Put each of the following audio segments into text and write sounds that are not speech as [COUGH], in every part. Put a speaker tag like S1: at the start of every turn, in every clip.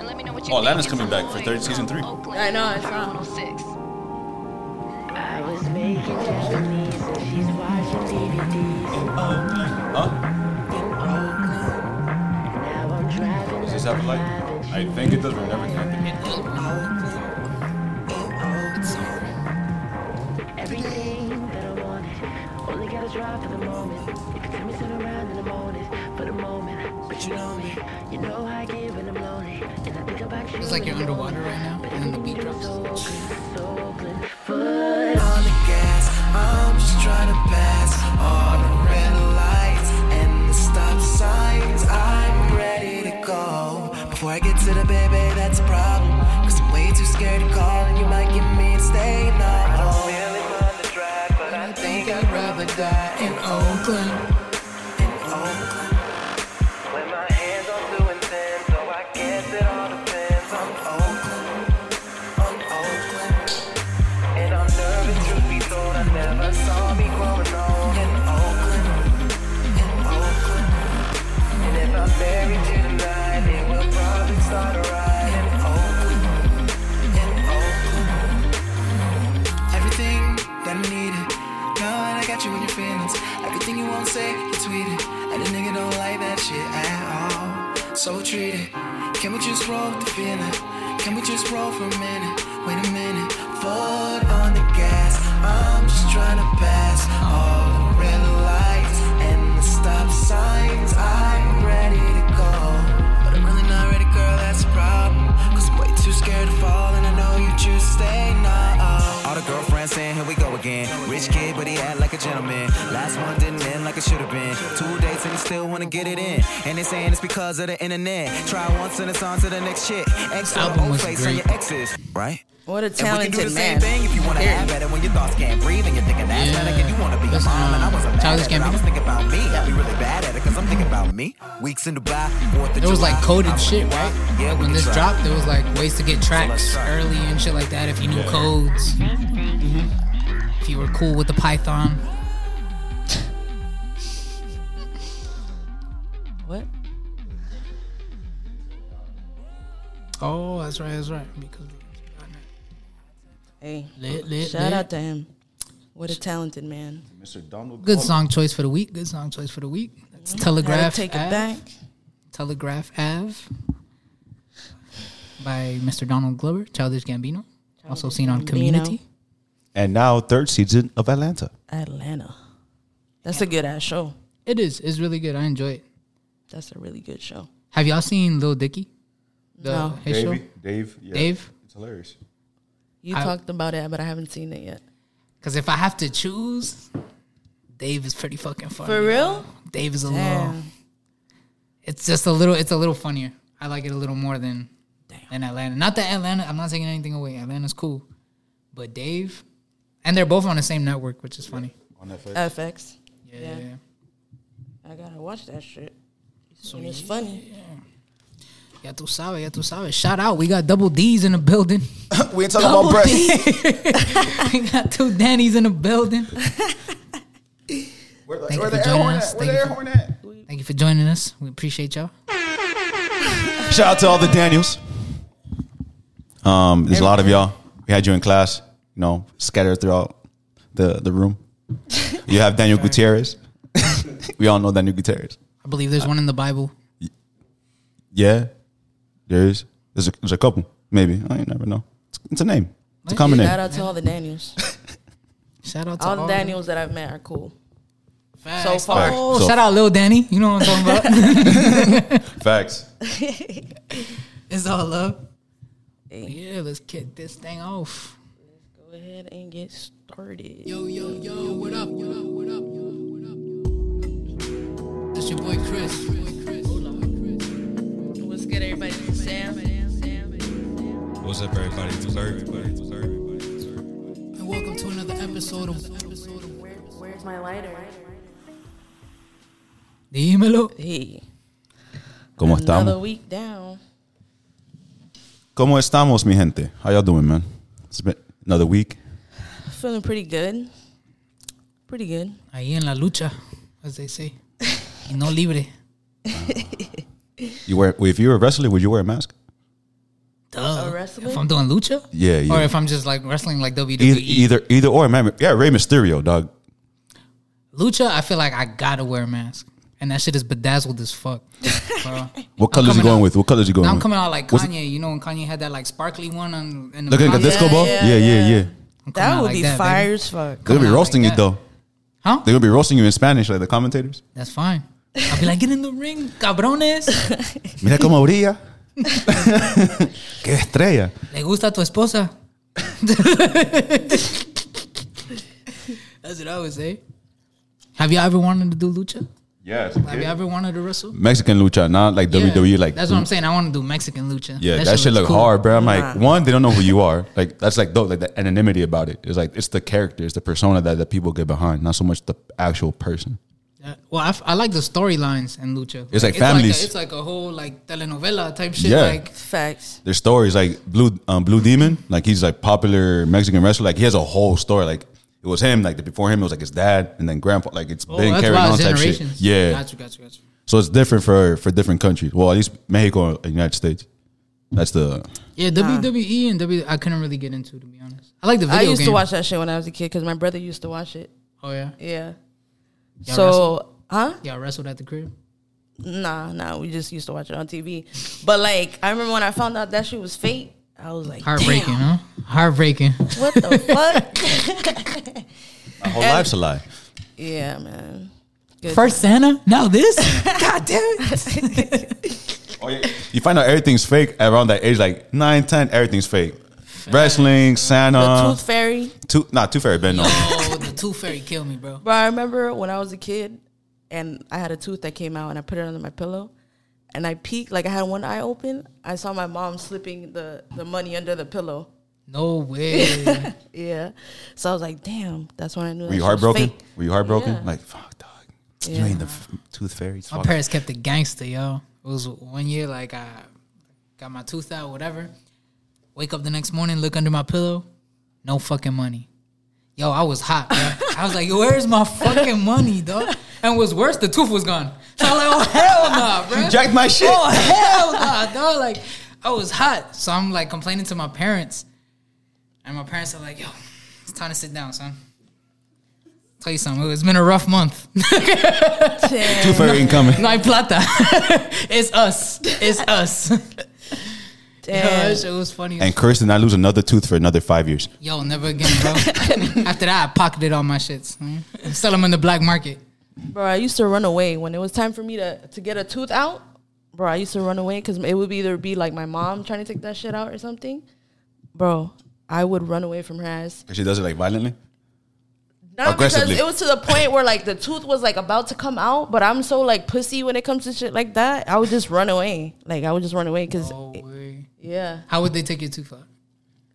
S1: what you
S2: Oh, Atlanta's coming back for third season three.
S3: I know, I saw.
S1: Six.
S4: I was making Japanese and she's watching DVDs.
S2: Huh?
S4: Now I'm driving.
S2: Does this have a light? I think it does. We've never connected.
S4: Everything that I wanted. Only gotta drive for the moment. If you tell me sit around in the morning for the moment. But you know me. You know how I give when I'm lonely. And I think about you.
S3: It's like you're underwater right now, and then the beat drops.
S5: on the gas. I'm just trying to pass all the red lights and the stop signs. I'm ready to go. Before I get to the baby, that's a problem. Cause I'm way too scared to call, and you might get me to stay now. I don't really mind the drive, but I think I'd rather die in Oakland. In Oakland. With my hands on doing things, so I guess it all depends on Oakland. On Oakland. And I'm nervous, truth be told, I never saw me growing old in Oakland, in Oakland. And if I'm married to tonight, it will probably start a riot in Oakland, in Oakland. Everything that I needed, now that I got you in your feelings. Everything you won't say, you tweet it. And a nigga don't like that shit at all. So treat it. Can we just roll with the feeling? Can we just roll for a minute? Wait a minute. Foot on the gas. I'm just trying to pass all the red lights and the stop signs. I'm ready to go. But I'm really not ready, girl. That's a problem. Cause I'm way too scared to fall, and I know you choose to stay now.
S6: All the girlfriends saying, here we go again. Rich kid, but he act like a gentleman. Last one didn't end like it should have been. Two dates and he still wanna get it in. And they saying it's because of the internet. Try once and it's on to the next shit. Ex on
S3: album
S6: old
S3: was
S6: face on
S3: great.
S6: your exes, right?
S3: What a
S6: And we can do the
S3: talented
S6: same
S3: man.
S6: thing if you wanna
S3: Period.
S6: have at it when your thoughts can't breathe and you're thinking that's
S3: Yeah.
S6: yeah. and you wanna be a
S3: That's,
S6: mom and I
S3: um,
S6: wasn't bad
S3: Childish
S6: at it. I
S3: Gambino?
S6: was thinking about me. I'd be really bad at it cause I'm thinking about me. Weeks in Dubai, fourth of
S3: It was
S6: July,
S3: like
S6: I'm
S3: coded shit,
S6: like,
S3: right?
S6: Yeah,
S3: Like
S6: we
S3: when
S6: can
S3: this
S6: try.
S3: dropped, there was like ways to get tracks
S6: try.
S3: early and shit like that if you knew codes. If you were cool with the Python. what? Oh, that's right, that's right. Because
S1: Hey,
S3: lit, lit,
S1: shout
S3: lit.
S1: out to him. What a talented man.
S2: Mr. Donald.
S3: Good
S2: Glover.
S3: song choice for the week. Good song choice for the week. That's
S1: Mm-hmm. Gotta
S3: Telegraph.
S1: take it
S3: Ave.
S1: back.
S3: Telegraph Ave by Mr. Donald Glover, Childish Gambino, also seen on Community.
S2: And now third season of Atlanta.
S1: Atlanta. That's a good ass show.
S3: It is. It's really good. I enjoy it.
S1: That's a really good show.
S3: Have y'all seen Lil Dicky? The
S1: No.
S3: his show?
S2: Dave. Yeah.
S3: Dave?
S2: It's hilarious.
S1: You
S3: I-
S1: talked about it, but I haven't seen it yet.
S3: Because if I have to choose, Dave is pretty fucking funny.
S1: For real?
S3: Dave is a little.
S1: Damn.
S3: It's just a little. It's a little funnier. I like it a little more than than Atlanta. Not that Atlanta. I'm not taking anything away. Atlanta's cool, but Dave, and they're both on the same network, which is funny.
S2: On Netflix.
S1: FX.
S3: Yeah.
S1: Yeah.
S3: yeah.
S1: I gotta watch that shit. and it's funny.
S3: Ya tu sabes, ya tu sabes. Shout out. We got double D's in the building.
S2: [LAUGHS] we ain't talking about breath.
S3: [LAUGHS] we got two Danny's in the building.
S2: Where the,
S3: Thank
S2: where the
S3: you for
S2: air
S3: joining
S2: horn
S3: us.
S2: at? Where the
S3: Thank
S2: air
S3: you
S2: horn at?
S3: Thank you for joining us. We appreciate y'all.
S2: Shout out to all the Daniels. Um, there's a lot of y'all. We had you in class, you know, scattered throughout the, the room. You have Daniel Gutierrez. we all know Daniel Gutierrez.
S3: I believe there's one in the Bible.
S2: Yeah, there is. There's a, there's a couple, maybe. I ain't never know. It's, it's a name. It's a common
S1: Shout
S2: name.
S1: out to all
S3: [LAUGHS]
S1: the Daniels.
S3: Shout out to
S1: All
S3: all,
S1: the Daniels that I've met are cool.
S3: Facts.
S1: so far. Facts.
S3: Oh,
S2: So-
S3: shout out Lil Danny. You know what I'm talking
S1: [LAUGHS]
S3: about.
S2: Facts.
S3: it's all love. Yeah, let's kick this thing off.
S1: Go ahead and get started.
S3: Yo, yo, yo, what up? What up? What up? What up? That's your boy Chris.
S1: What's good, everybody? This is Sam.
S7: What's up, everybody? What's up, everybody? What's up, everybody? What's up, everybody?
S3: And welcome to another episode of
S4: Where's my lighter?
S3: Dímelo.
S1: Hey,
S2: ¿Cómo
S1: another
S2: estamos?
S1: week down.
S2: ¿Cómo estamos, mi gente? How y'all doing, man? It's been another week.
S1: Feeling pretty good. Pretty good.
S3: Ahí en la lucha, as they say. Y no libre.
S2: You wear if you were a wrestler, would you wear a mask?
S4: Oh,
S3: If
S1: wrestling?
S3: I'm doing lucha,
S2: Yeah, yeah.
S3: or if I'm just like wrestling like E. WWE,
S2: Either, E-, either, either or, man. Yeah, Rey Mysterio, dog.
S3: lucha, I feel like I gotta wear a mask, and that shit is bedazzled as fuck. bro.
S2: What colors you
S3: coming
S2: going
S3: out-
S2: with? What colors you going
S3: Now I'm
S2: with?
S3: coming out like
S2: What's-
S3: Kanye, you know, when Kanye had that like sparkly one on in the
S2: Looking like a
S3: Bronx?
S2: disco ball?
S1: yeah,
S2: Yeah, yeah, yeah.
S1: yeah.
S3: I'm coming
S1: That
S3: out
S1: would
S3: like
S1: be
S3: that,
S1: fire
S3: baby.
S1: as fuck.
S2: They're gonna
S3: coming
S2: be
S3: out like
S2: roasting you
S3: that.
S2: though.
S3: Huh?
S2: They're gonna be roasting you in Spanish, like the commentators.
S3: That's fine. I'll be like, get in the ring, cabrones.
S2: Mira cómo
S3: [LAUGHS]
S2: brilla. [LAUGHS] Qué estrella.
S3: Le gusta tu esposa. That's what I would say. Have you ever wanted to do lucha?
S2: Yes.
S3: Have you ever wanted to wrestle?
S2: Mexican lucha, not like
S3: Yeah.
S2: WWE. E, Like
S3: that's what I'm saying. I want to do Mexican lucha.
S2: Yeah, that, shit look
S3: looks cool.
S2: hard, bro. I'm like,
S1: Nah.
S2: one, they don't know who you are. Like that's like dope. Like the anonymity about it. It's like it's the character, it's the persona that the people get behind, not so much the actual person.
S3: Yeah. Well, I, f- I like the storylines in lucha.
S2: It's like families.
S3: a- It's like, a, whole like telenovela type shit.
S2: Yeah.
S3: Like
S1: Facts.
S2: Their stories, like Blue um, Blue Demon, like he's like popular Mexican wrestler. Like he has a whole story. Like it was him. Like the, before him, it was like his dad, and then grandpa. Like it's
S3: oh,
S2: been
S3: that's
S2: carried
S3: why
S2: on type shit.
S3: generations.
S2: Yeah,
S3: Gotcha, gotcha, gotcha.
S2: so it's different for for different countries. Well, at least Mexico and United States. That's the
S3: Yeah, WWE and W I couldn't really get into to be honest. I like the video
S1: I used to
S3: game.
S1: watch that shit when I was a kid because my brother used to watch it.
S3: Oh yeah,
S1: Yeah.
S3: Y'all
S1: so,
S3: wrestle?
S1: huh?
S3: y'all wrestled at the crib.
S1: Nah, nah. We just used to watch it on TV. But like, I remember when I found out that shit was fake. I was like,
S3: Heartbreaking, huh?
S1: Damn,
S3: Heartbreaking. [LAUGHS]
S1: what the fuck?
S2: my whole life's a lie.
S1: Yeah, man.
S3: First Santa, now
S1: [LAUGHS]
S3: this. God damn it!
S2: Oh, yeah. You find out everything's fake around that age, like nine, ten. Everything's fake. Wrestling, Santa,
S1: The Tooth Fairy.
S2: Two, not Two Fairy Bend. No,
S3: Oh, the Tooth Fairy killed me, bro.
S1: But I remember when I was a kid and I had a tooth that came out and I put it under my pillow and I peeked, like I had one eye open. I saw my mom slipping the, the money under the pillow.
S3: No [LAUGHS] way.
S1: Yeah. So I was like, damn, that's when I knew
S2: were
S1: that
S2: you
S1: shit was
S2: heartbroken?
S1: fake.
S2: Were you heartbroken?
S1: Yeah.
S2: Like fuck, dog. You
S1: Yeah.
S2: ain't the f- Tooth Fairy.
S3: My
S2: fuck.
S3: parents kept it gangster, yo. It was one year, like I got my tooth out, whatever. Wake up the next morning, look under my pillow, no fucking money. Yo, I was hot. bruh. I was like, where's my fucking money, dog? And what's worse, the tooth was gone. So I'm like, oh hell nah, bro.
S2: Jack my shit.
S3: Oh hell nah, dog. Like I was hot, so I'm like complaining to my parents, and my parents are like, yo, it's time to sit down, son. Tell you something, it's been a rough month.
S2: Tooth Fairy ain't coming.
S3: No hay plata. [LAUGHS] it's us.
S1: [LAUGHS]
S3: It's us. [LAUGHS] Yo,
S1: Damn.
S3: that shit was funny.
S2: And Chris did not lose another tooth for another five years.
S3: Yo, never again,
S1: [LAUGHS]
S3: bro. After that, I pocketed all my shits. man. Sell them in the black market.
S1: Bro, I used to run away when it was time for me to, to get a tooth out. Bro, I used to run away because it would be either be like my mom trying to take that shit out or something. Bro, I would run away from her ass.
S2: And she does it like violently.
S1: Not because
S2: Aggressively.
S1: it was to the point where like the tooth was like about to come out, but I'm so like pussy when it comes to shit like that. I would just run away. Like I would just run away because
S3: No way.
S1: yeah,
S3: How would they take your tooth out?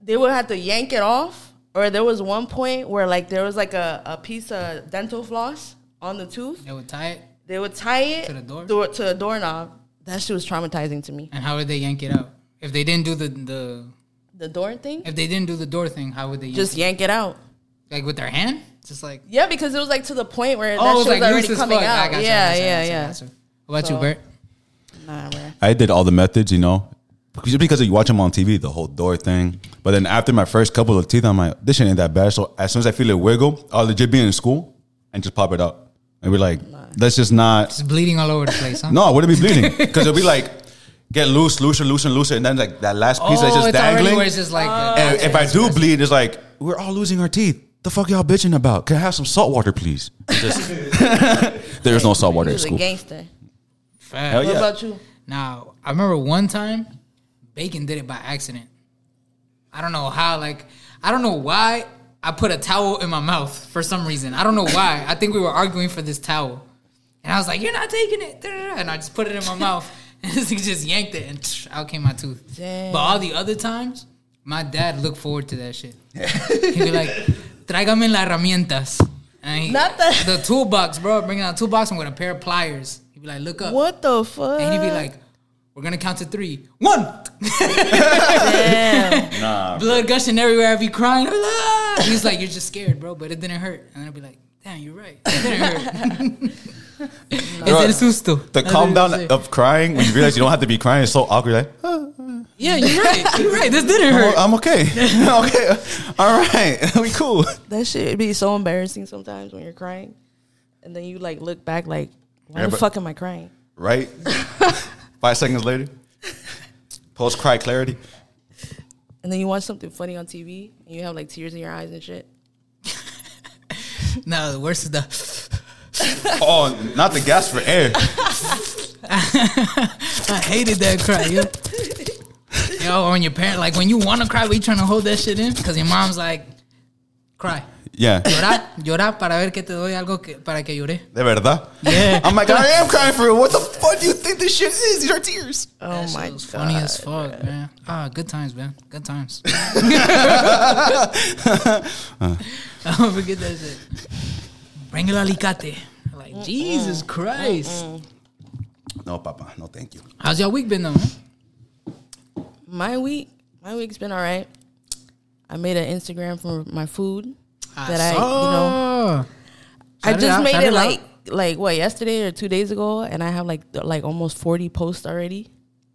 S1: they would have to yank it off. Or there was one point where like there was like a, a piece of dental floss on the tooth.
S3: They would tie it?
S1: They would tie it
S3: To the door?
S1: door- to a doorknob. That shit was traumatizing to me.
S3: And how would they yank it out? If they didn't do the, the
S1: The door thing,
S3: if they didn't do the door thing, how would they yank
S1: just
S3: it?
S1: yank it out.
S3: like with their hand? Just like
S1: Yeah, because it was like to the point where
S3: oh,
S1: that
S3: it
S1: shit was
S3: was like
S1: already
S3: loose as
S1: coming
S3: fuck. I
S1: out.
S3: gotcha, I
S1: yeah,
S3: gotcha, I
S1: yeah,
S3: gotcha,
S1: yeah.
S3: gotcha. What about
S1: So-
S3: you, Bert?
S1: Nah, bruh.
S2: I did all the methods, you know, just because you watch them on TV, the whole door thing. But then after my first couple of teeth, I'm like, this shit ain't that bad. So as soon as I feel it wiggle, I'll legit be in school and just pop it out. And be like, that's just not.
S3: Just bleeding all over the place, huh?
S2: No, I wouldn't be bleeding
S3: [LAUGHS]
S2: because it'll be like get loose, looser, looser, looser, and then like that last piece that's
S3: Oh,
S2: just
S3: it's already where
S2: dangling.
S3: it's just like
S1: Oh,
S2: And if I do bleed, it's like we're all losing our teeth. The fuck y'all bitching about? Can I have some salt water, please?
S1: [LAUGHS]
S2: Just- There's no salt water at
S1: He was a
S2: school.
S1: gangster.
S3: Fat.
S2: Hell
S1: What
S2: yeah.
S1: about you?
S3: Now, I remember one time Bacon did it by accident. I don't know how, like, I don't know why I put a towel in my mouth for some reason. I don't know why. I think we were arguing for this towel. And I was like, You're not taking it. And I just put it in my mouth. [LAUGHS] And this thing just yanked it and out came my tooth.
S1: Damn.
S3: But all the other times, my dad looked forward to that shit. He'd be like, Tráigame las herramientas. And he,
S1: Not the-
S3: the toolbox, bro. Bringing out a toolbox and with a pair of pliers. He'd be like, Look up.
S1: What the fuck?
S3: And he'd be like, we're gonna count to three. One!
S2: [LAUGHS]
S1: Damn.
S3: Blood gushing everywhere. I'd be "Ah." crying. [LAUGHS] He's like, you're just scared, bro, but it didn't hurt. And I'd be like, damn, you're right. It didn't hurt. It's el susto.
S2: The
S3: That's
S2: calm
S3: what
S2: down
S3: they say.
S2: of crying when you realize you don't have to be crying is so awkward. Like, "Huh,
S3: Yeah, you're right. [LAUGHS] You're right. This didn't hurt.
S2: I'm okay. [LAUGHS] okay. All right. [LAUGHS] we cool.
S1: [LAUGHS] That shit be so embarrassing sometimes when you're crying, and then you like look back like, why
S2: Yeah,
S1: the
S2: but-
S1: fuck am I crying? [LAUGHS]
S2: Right? Five seconds later. Post cry clarity.
S1: And then you watch something funny on TV and you have like tears in your eyes and shit.
S3: No, the worst is the.
S2: Oh, not the gas for air.
S3: I hated that cry. Yo, yo or when your parent like when you want to cry, but you trying to hold that shit in because your mom's like, cry,
S2: Yeah.
S3: llorar, llorar para ver que te doy algo que, para que llore.
S2: De verdad.
S3: Yeah.
S2: I'm like, I am crying for it. What the fuck do you think this shit is? These are tears.
S1: Oh
S3: That shit
S1: my god.
S3: was funny as fuck, man. Ah, good times, man. Good
S1: [LAUGHS]
S3: times. I don't forget that shit. Bring el alicate. Like Jesus Christ.
S2: No, Papa. No, thank [LAUGHS] you.
S3: How's y'all week been though? Man?
S1: My week, my week's been all right. I made an Instagram for my food
S3: I
S1: that I, you
S3: saw.
S1: know, I
S3: Shout it
S1: just
S3: out,
S1: made
S3: shout
S1: it,
S3: it out.
S1: like like what yesterday or two days ago, and I have like th- like almost forty posts already.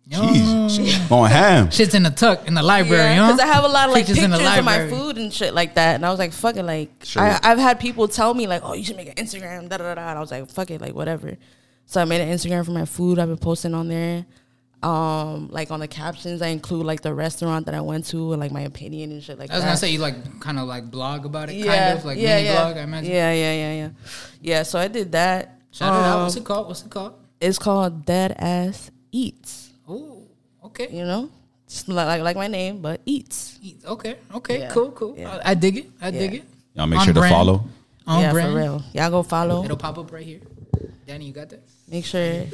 S2: Jeez. She Going ham.
S3: Shit's in the tuck in the library, huh?
S1: because I have a lot of like
S3: Pictures
S1: pictures
S3: in
S1: of
S3: the
S1: my
S3: library.
S1: food and shit like that, and I was like, fuck it, like
S2: Sure.
S1: I, I've had people tell me like, oh, you should make an Instagram, da da da, da, and I was like, fuck it, like whatever. So I made an Instagram for my food. I've been posting on there. Um, like on the captions, I include like the restaurant that I went to and like my opinion and shit like
S3: I was
S1: that.
S3: gonna say you like kind of like blog about it, kind of like
S1: yeah,
S3: mini
S1: yeah.
S3: blog. I imagine.
S1: Yeah, yeah, yeah, yeah. Yeah, so I did that.
S3: Shout it out.
S1: Um,
S3: What's it called? What's it called?
S1: It's called Dead Ass Eats.
S3: Oh, okay.
S1: You know, it's li- like like my name, but eats.
S3: Eat. Okay. Okay.
S1: Yeah,
S3: Cool. Cool.
S1: yeah.
S3: I, I dig it. I dig
S1: Yeah.
S3: it.
S2: Y'all make
S3: On
S2: sure to
S3: brand.
S2: follow.
S3: On
S1: yeah,
S3: brand.
S1: for real. Y'all go follow.
S3: It'll pop up right here. Danny, you got that?
S1: Make sure.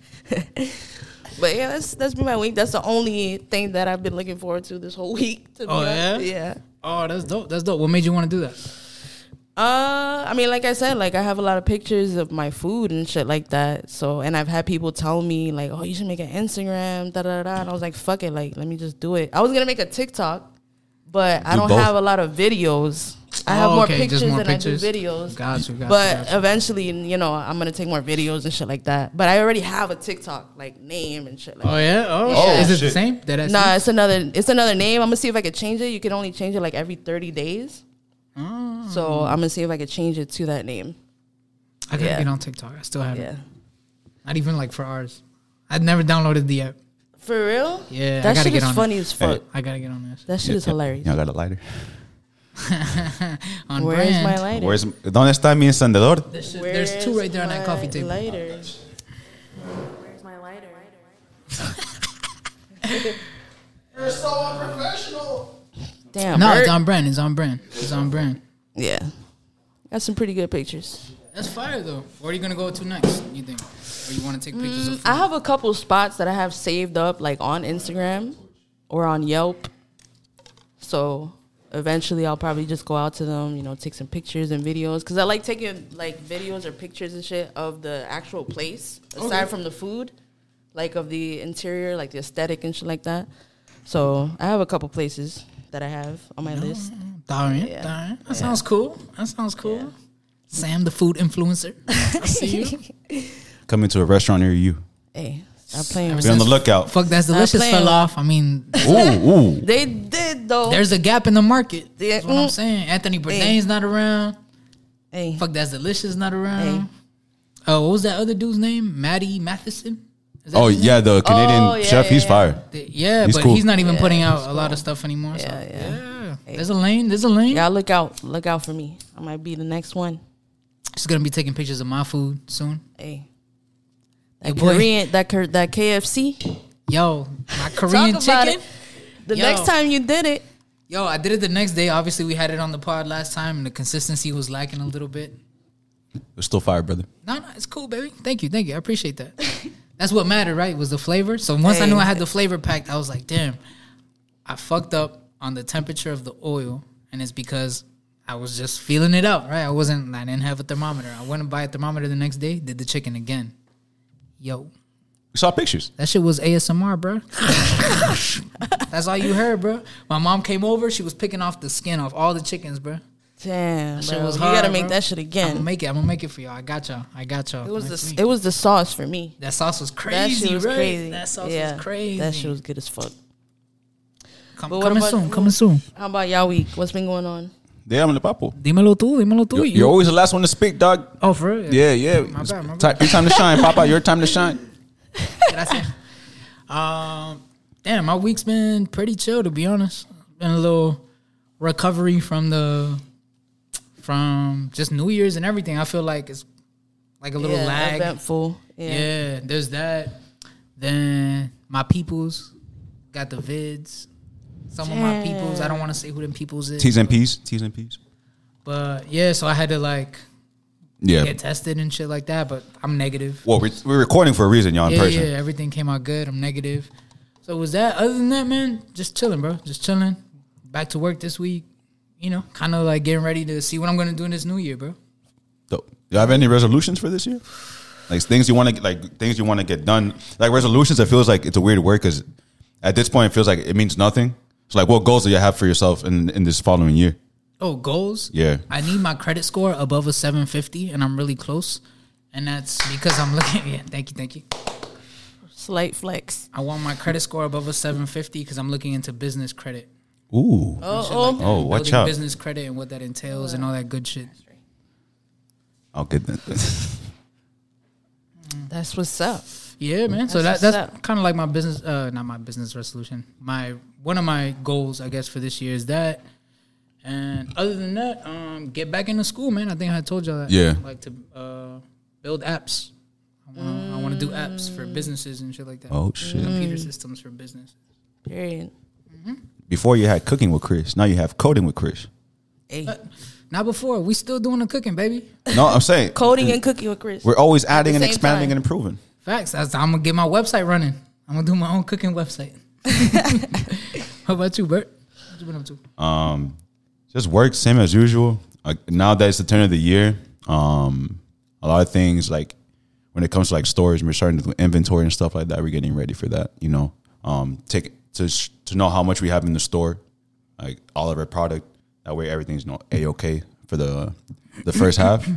S1: [LAUGHS] but yeah, that's that's been my week. That's the only thing that I've been looking forward to this whole week. To be
S3: Oh,
S1: honest.
S3: yeah?
S1: yeah.
S3: Oh, that's dope. That's dope. What made you want to do that?
S1: Uh, I mean, like I said, like I have a lot of pictures of my food and shit like that. So, and I've had people tell me like, "Oh, you should make an Instagram." Da da da. da. And I was like, "Fuck it, like let me just do it." I was gonna make a TikTok, but I
S2: Do
S1: don't
S2: both.
S1: have a lot of videos. I have
S3: Oh,
S1: more
S3: okay, just
S1: pictures
S3: more
S1: than
S3: pictures.
S1: I do videos.
S3: Gotcha, gotcha,
S1: but uh,
S3: gotcha.
S1: eventually, you know, I'm gonna take more videos and shit like that. But I already have a TikTok like name and shit like.
S3: Oh yeah. Oh,
S2: Oh,
S3: is it the
S2: shit.
S3: same? That
S1: that.
S3: ass
S1: Nah, it's another it's another name. I'm gonna see if I could change it. You can only change it like every 30 days.
S3: Mm.
S1: So I'm gonna see if I could change it to that name.
S3: I gotta
S1: yeah.
S3: get on TikTok. I still haven't.
S1: Yeah.
S3: Not even like for ours. I'd never downloaded the app.
S1: For real?
S3: Yeah, I
S1: That
S3: gotta
S1: shit
S3: get
S1: is
S3: on it.
S1: funny as fuck.
S3: I gotta get on this.
S1: That shit is hilarious.
S2: Y'all got a lighter.
S3: On
S1: Where is
S3: brand.
S1: my lighter?
S2: Where's ¿Dónde está mi encendedor?
S3: There's,
S1: Where
S3: there's two
S1: is
S3: right there on that coffee
S1: my
S3: table.
S1: Lighter.
S8: Where's my
S1: [LAUGHS]
S8: lighter?
S1: Damn.
S3: No,
S1: Bert.
S3: it's on brand. It's on brand. It's on brand.
S1: Yeah. Got some pretty good pictures.
S3: That's fire though. Where are you gonna go to next? You think? Or you want to take pictures of?
S1: Mm, I have a couple spots that I have saved up, like on Instagram or on Yelp. So eventually, I'll probably just go out to them, you know, take some pictures and videos because I like taking like videos or pictures and shit of the actual place aside from the food, like of the interior, like the aesthetic and shit like that. So I have a couple places that I have on my list.
S3: Darren,
S1: Yeah.
S3: Darren. That sounds cool. That sounds cool. Sam, the food influencer. [LAUGHS] I see you.
S2: Coming to a restaurant near you.
S1: Hey, I'm playing.
S2: Be on the lookout.
S3: Fuck,
S1: Uh,
S3: that's delicious.
S1: playing.
S3: Fell off. I mean,
S2: Ooh, ooh.
S1: They did though.
S3: there's a gap in the market.
S1: Yeah,
S3: That's what I'm
S1: mm.
S3: saying. Anthony Bourdain's not around.
S1: hey,
S3: Fuck, that's delicious. Not
S1: Hey.
S3: around. Oh, what was that other dude's name? Maddie Matheson. Is that
S2: Oh
S3: his name?
S2: yeah, the Canadian
S1: Oh, yeah,
S2: chef. he's
S1: yeah.
S2: fire.
S3: The- yeah,
S2: He's
S3: but
S2: cool.
S3: he's not even putting out a lot of stuff anymore. so.
S1: Yeah, yeah.
S3: There's a lane. There's a lane.
S1: y'all look out, look out for me. I might be the next one.
S3: She's gonna be taking pictures of my food soon.
S1: Hey. That
S3: boy.
S1: Korean, that Kor- that KFC.
S3: Yo,
S1: [LAUGHS]
S3: my Korean
S1: about
S3: chicken.
S1: it. The
S3: Yo.
S1: next time you did it,
S3: Yo, I did it the next day. Obviously, we had it on the pod last time, and the consistency was lacking a little bit.
S2: It's still fire, brother.
S3: No, no, it's cool, baby. Thank you, thank you. I appreciate that. [LAUGHS] That's what mattered, right? Was the flavor. So once I knew I had the flavor packed, I was like, damn, I fucked up on the temperature of the oil, and it's because I was just feeling it out, right? I wasn't. I didn't have a thermometer. I went and buy a thermometer the next day. Did the chicken again. Yo,
S2: We saw pictures.
S3: That shit was ASMR, [LAUGHS] bro. That's all you heard, bro. My mom came over. She was picking off the skin off all the chickens, bro.
S1: Damn,
S3: That shit
S1: bro.
S3: was
S1: you
S3: hard.
S1: gotta make
S3: bro.
S1: that shit
S3: I'm gonna
S1: again.
S3: make it. I'm gonna make it for y'all. I got y'all. I got y'all.
S1: It was
S3: next
S1: the
S3: week.
S1: it was the sauce for me.
S3: that sauce was crazy.
S1: That shit was
S3: right?
S1: crazy.
S3: That sauce
S1: yeah,
S3: was crazy.
S1: That shit was good as fuck.
S3: Come,
S1: But what
S3: coming
S1: about
S3: soon.
S1: you?
S3: Coming soon.
S1: How about y'all week? What's been going on?
S2: Damn, papo.
S3: Dímelo tú. Dímelo tú.
S2: You're,
S3: You-
S2: you're always the last one to speak, dog.
S3: oh, for real.
S2: Yeah, yeah.
S3: My bad, my
S2: Ti- Your time to
S3: [LAUGHS]
S2: shine, Papa. Your time to shine.
S3: Gracias. Um, damn, my week's been pretty chill to be honest. Been a little recovery from the from just New Year's and everything. I feel like it's like a little
S1: yeah,
S3: lag.
S1: Eventful. Yeah.
S3: Yeah. there's that. Then my peoples got the vids. Some of my peoples, I don't want to say who them peoples is,
S2: T's and P's. T's and P's.
S3: but yeah. So I had to like
S2: Yeah.
S3: get tested and shit like that. But I'm negative.
S2: Well, we're, we're recording for a reason, y'all, in
S3: yeah,
S2: person.
S3: yeah, everything came out good. I'm negative. So was that other than that, man? Just chilling, bro. Just chilling. Back to work this week. You know, kind of like getting ready to see what I'm gonna do in this new year, bro.
S2: Dope. You have any resolutions for this year? Like things you want to like things you want to get done. Like resolutions, it feels like it's a weird word because at this point, it feels like it means nothing. It's like what goals do you have for yourself in in this following year?
S3: Oh, goals.
S2: Yeah.
S3: I need my credit score above a 750, and I'm really close. And that's because I'm [LAUGHS] looking. Yeah, thank you, thank you.
S1: Slight flex.
S3: I want my credit score above a 750 because I'm looking into business credit.
S2: Ooh,
S1: Oh, oh.
S2: oh, watch
S3: Building
S2: out!
S3: Business credit and what that entails and all that good shit.
S2: I'll get that.
S1: oh, that's what's up.
S3: Yeah, man. So that,
S1: That's what's
S3: that's
S1: up.
S3: kind of like my business, uh, not my business resolution. My one of my goals, I guess, for this year is that. And other than that, um, get back into school, man. I think I told y'all that.
S2: Yeah.
S3: Like to uh, build apps. I want to I want to do apps
S1: Mm.
S3: for businesses and shit like that.
S2: Oh shit!
S3: Computer systems for business.
S1: Period.
S2: [LAUGHS] Before you had cooking with Chris, now you have coding with Chris.
S1: Hey.
S3: Uh, Not before. We still doing the cooking, baby.
S2: No, I'm saying
S1: Coding and cooking with Chris.
S2: We're always adding
S1: the
S2: and
S1: same
S2: expanding
S1: time.
S2: and improving.
S3: Facts. That's, I'm gonna get my website running. I'm gonna do my own cooking
S1: [LAUGHS]
S3: website. [LAUGHS] How about you, Bert? What you been up to?
S2: just work same as usual. Like now that it's the turn of the year, um, a lot of things like when it comes to like storage, we're starting to do inventory and stuff like that. We're getting ready for that, you know. Um, take to sh- to know how much we have in the store, like all of our product. That way, everything's you know, a okay for the the first half.
S3: [COUGHS]
S2: Uh,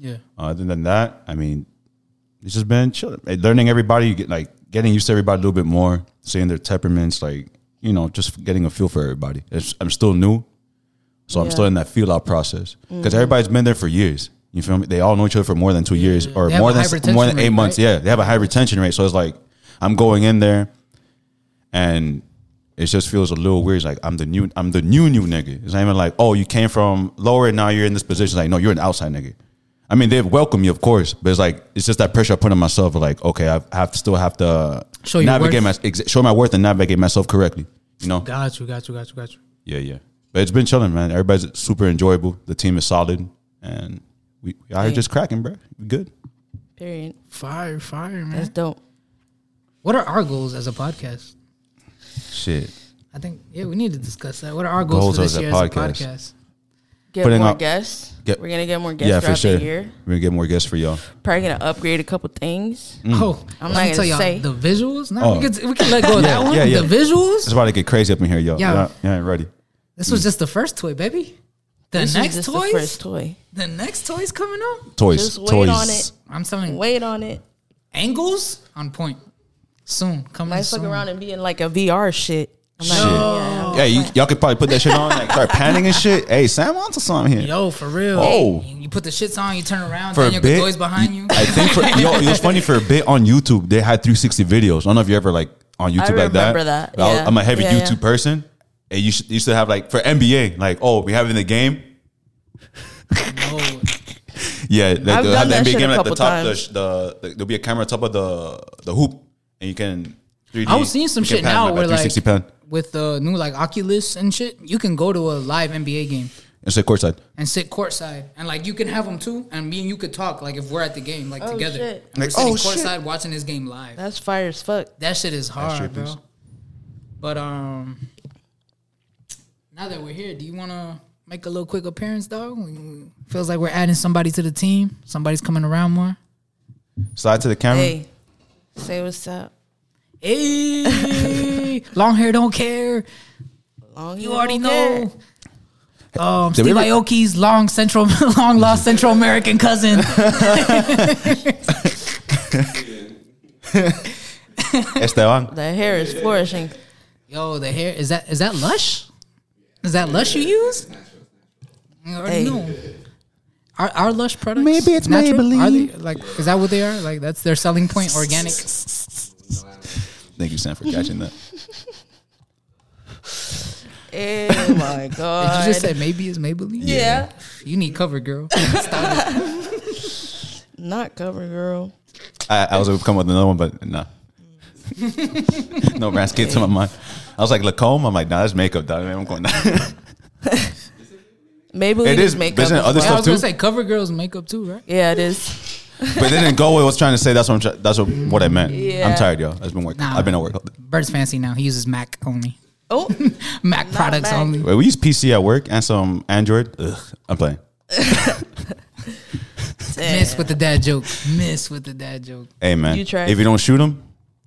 S3: Yeah.
S2: Other than that, I mean, it's just been chilling. Like, learning everybody, you get like getting used to everybody a little bit more, seeing their temperaments, like you know, just getting a feel for everybody. It's, I'm still new, so I'm
S1: Yeah.
S2: still in that feel out process because everybody's been there for years. You feel me? They all know each other for more than two years or
S3: They have
S2: more
S3: a
S2: than
S3: high retention
S2: more than eight
S3: rate,
S2: months.
S3: right?
S2: Yeah, they have a high retention rate, so it's like I'm going in there, and it just feels a little weird. It's like I'm the new, I'm the new new nigga. It's not even like, oh, you came from lower and now you're in this position. It's like, no, you're an outside nigga. I mean, they've welcomed me, of course, but it's like it's just that pressure I put on myself. of Like, okay, I have to still have to
S3: Show your
S2: navigate my
S3: worth.
S2: ex- show my worth and navigate myself correctly. You know?
S3: Got you. Got you. Got you. Got you.
S2: Yeah, yeah. But it's been chilling, man. Everybody's super enjoyable. The team is solid, and we I here just cracking, bro. We good.
S1: Period.
S3: Fire, fire, man.
S1: That's dope.
S3: what are our goals as a podcast?
S2: Shit.
S3: I think yeah, we need to discuss that. What are our
S2: Goals
S3: goals, for this
S2: as a
S3: year as a
S2: podcast.
S3: podcast?
S1: Get
S2: Putting
S1: more
S2: up-
S1: guests.
S2: get-
S1: We're gonna get more guests
S2: yeah, for
S1: throughout
S2: sure.
S1: the year.
S2: We're gonna get more guests for y'all.
S1: Probably gonna upgrade a couple things.
S3: Oh,
S1: I'm
S3: let me
S1: not gonna
S3: tell y'all,
S1: say.
S3: the visuals. No,
S2: Mm. Oh.
S3: we, could, we can let go of that
S2: [LAUGHS]
S3: one.
S2: yeah, yeah.
S3: The visuals.
S2: It's about to get crazy up in here, y'all.
S3: Yeah.
S2: Yeah, yeah, ready.
S3: This
S2: Mm.
S3: was just the first toy, baby. The
S1: This is
S3: next
S1: just the
S3: toys. The,
S1: first toy.
S3: next toys coming up.
S2: Toys,
S1: Just wait
S2: toys.
S1: on it.
S3: I'm telling you,
S1: Wait on it.
S3: angles on point. Soon coming
S1: Might
S3: soon.
S1: fuck around and be in like a VR shit. I'm not,
S2: Shit. Yeah, you, y'all could probably put that shit on, like start panning and shit. Hey, Sam onto something here.
S3: Yo, for real.
S2: Oh.
S3: You, you put the shits on. You turn around.
S2: for a
S3: Daniel
S2: bit,
S3: Godoy's behind you.
S2: I think for yo, it was funny for a bit on YouTube. They had 360 videos. I don't know if you ever like on YouTube like that.
S1: remember that,
S2: But I-
S1: yeah.
S2: I'm a heavy
S1: Yeah, yeah.
S2: YouTube person, and you should, you should have like for NBA, like oh, we having the game.
S3: No.
S2: Yeah, like they'll
S1: I've done
S2: have the
S1: that
S2: NBA
S1: shit
S2: game
S1: a
S2: at the
S1: couple
S2: top. The,
S1: times.
S2: sh- the, the there'll be a camera on top of the the hoop, and you can. 3D,
S3: I was seeing some
S2: you can
S3: shit
S2: pan,
S3: now
S2: like, a
S3: where like
S2: 360 pan.
S3: with the new like Oculus and shit, you can go to a live NBA game
S2: It's like courtside.
S3: and sit courtside, and like you can have them too, and me and you could talk like if we're at the game like
S1: Oh,
S3: together,
S1: shit.
S3: and we're
S2: Like,
S3: sitting
S2: oh, shit.
S3: courtside watching this game live.
S1: That's fire as fuck.
S3: that shit is hard,
S2: trippy.
S3: bro. But um, now that we're here, do you want to make a little quick appearance, dog? We- we- Feels like we're adding somebody to the team. Somebody's coming around more.
S2: Slide to the camera.
S1: Hey, say what's up. [LAUGHS]
S3: Hey, long hair don't care.
S1: Long
S3: You
S1: hair
S3: already
S1: don't care.
S3: know. Um,
S2: Did we
S3: Steve
S2: ever-
S3: Aoki's long central, [LAUGHS] long lost Central
S2: [LAUGHS]
S3: American cousin.
S2: Esteban.
S1: The hair is [LAUGHS] flourishing.
S3: Yo, the hair is that is that lush? Is that lush you use? You already
S1: Hey.
S3: know. Our, our lush products.
S2: Maybe it's
S3: Are
S2: Maybelline.
S3: they- like, is that what they are? Like, that's their selling point. Organic.
S2: Thank you, Sam, for catching
S1: [LAUGHS]
S2: that.
S1: Oh my
S3: Did you
S1: god!
S3: just say maybe it's Maybelline?
S1: yeah.
S3: You need cover, girl.
S1: not cover girl.
S2: I, I was gonna come up with another one, but no. [LAUGHS] no brands came to my mind. I was like Lacombe. I'm like, nah, that's makeup, dog. Man, I'm going.
S1: Maybelline
S2: It
S1: is
S2: is-
S1: makeup.
S2: isn't it
S1: as
S2: other
S3: I
S1: well.
S2: stuff
S3: was gonna
S2: too?
S3: say cover girls makeup too, right?
S1: Yeah, it is.
S2: [LAUGHS] but they didn't go with what I was trying to say. That's what I'm. Try- that's what, what I meant.
S1: Yeah.
S2: I'm tired, yo. I've been working.
S3: Nah.
S2: I've been at work. all day.
S3: Bird's fancy now. He uses Mac only.
S1: [LAUGHS] Oh,
S3: Mac products
S1: Mac.
S3: only.
S2: Wait, we use PC at work and some Android. Ugh, I'm playing.
S3: Miss with the dad joke. Miss with the dad joke.
S2: Hey man,
S1: You tried.
S2: if you don't shoot them,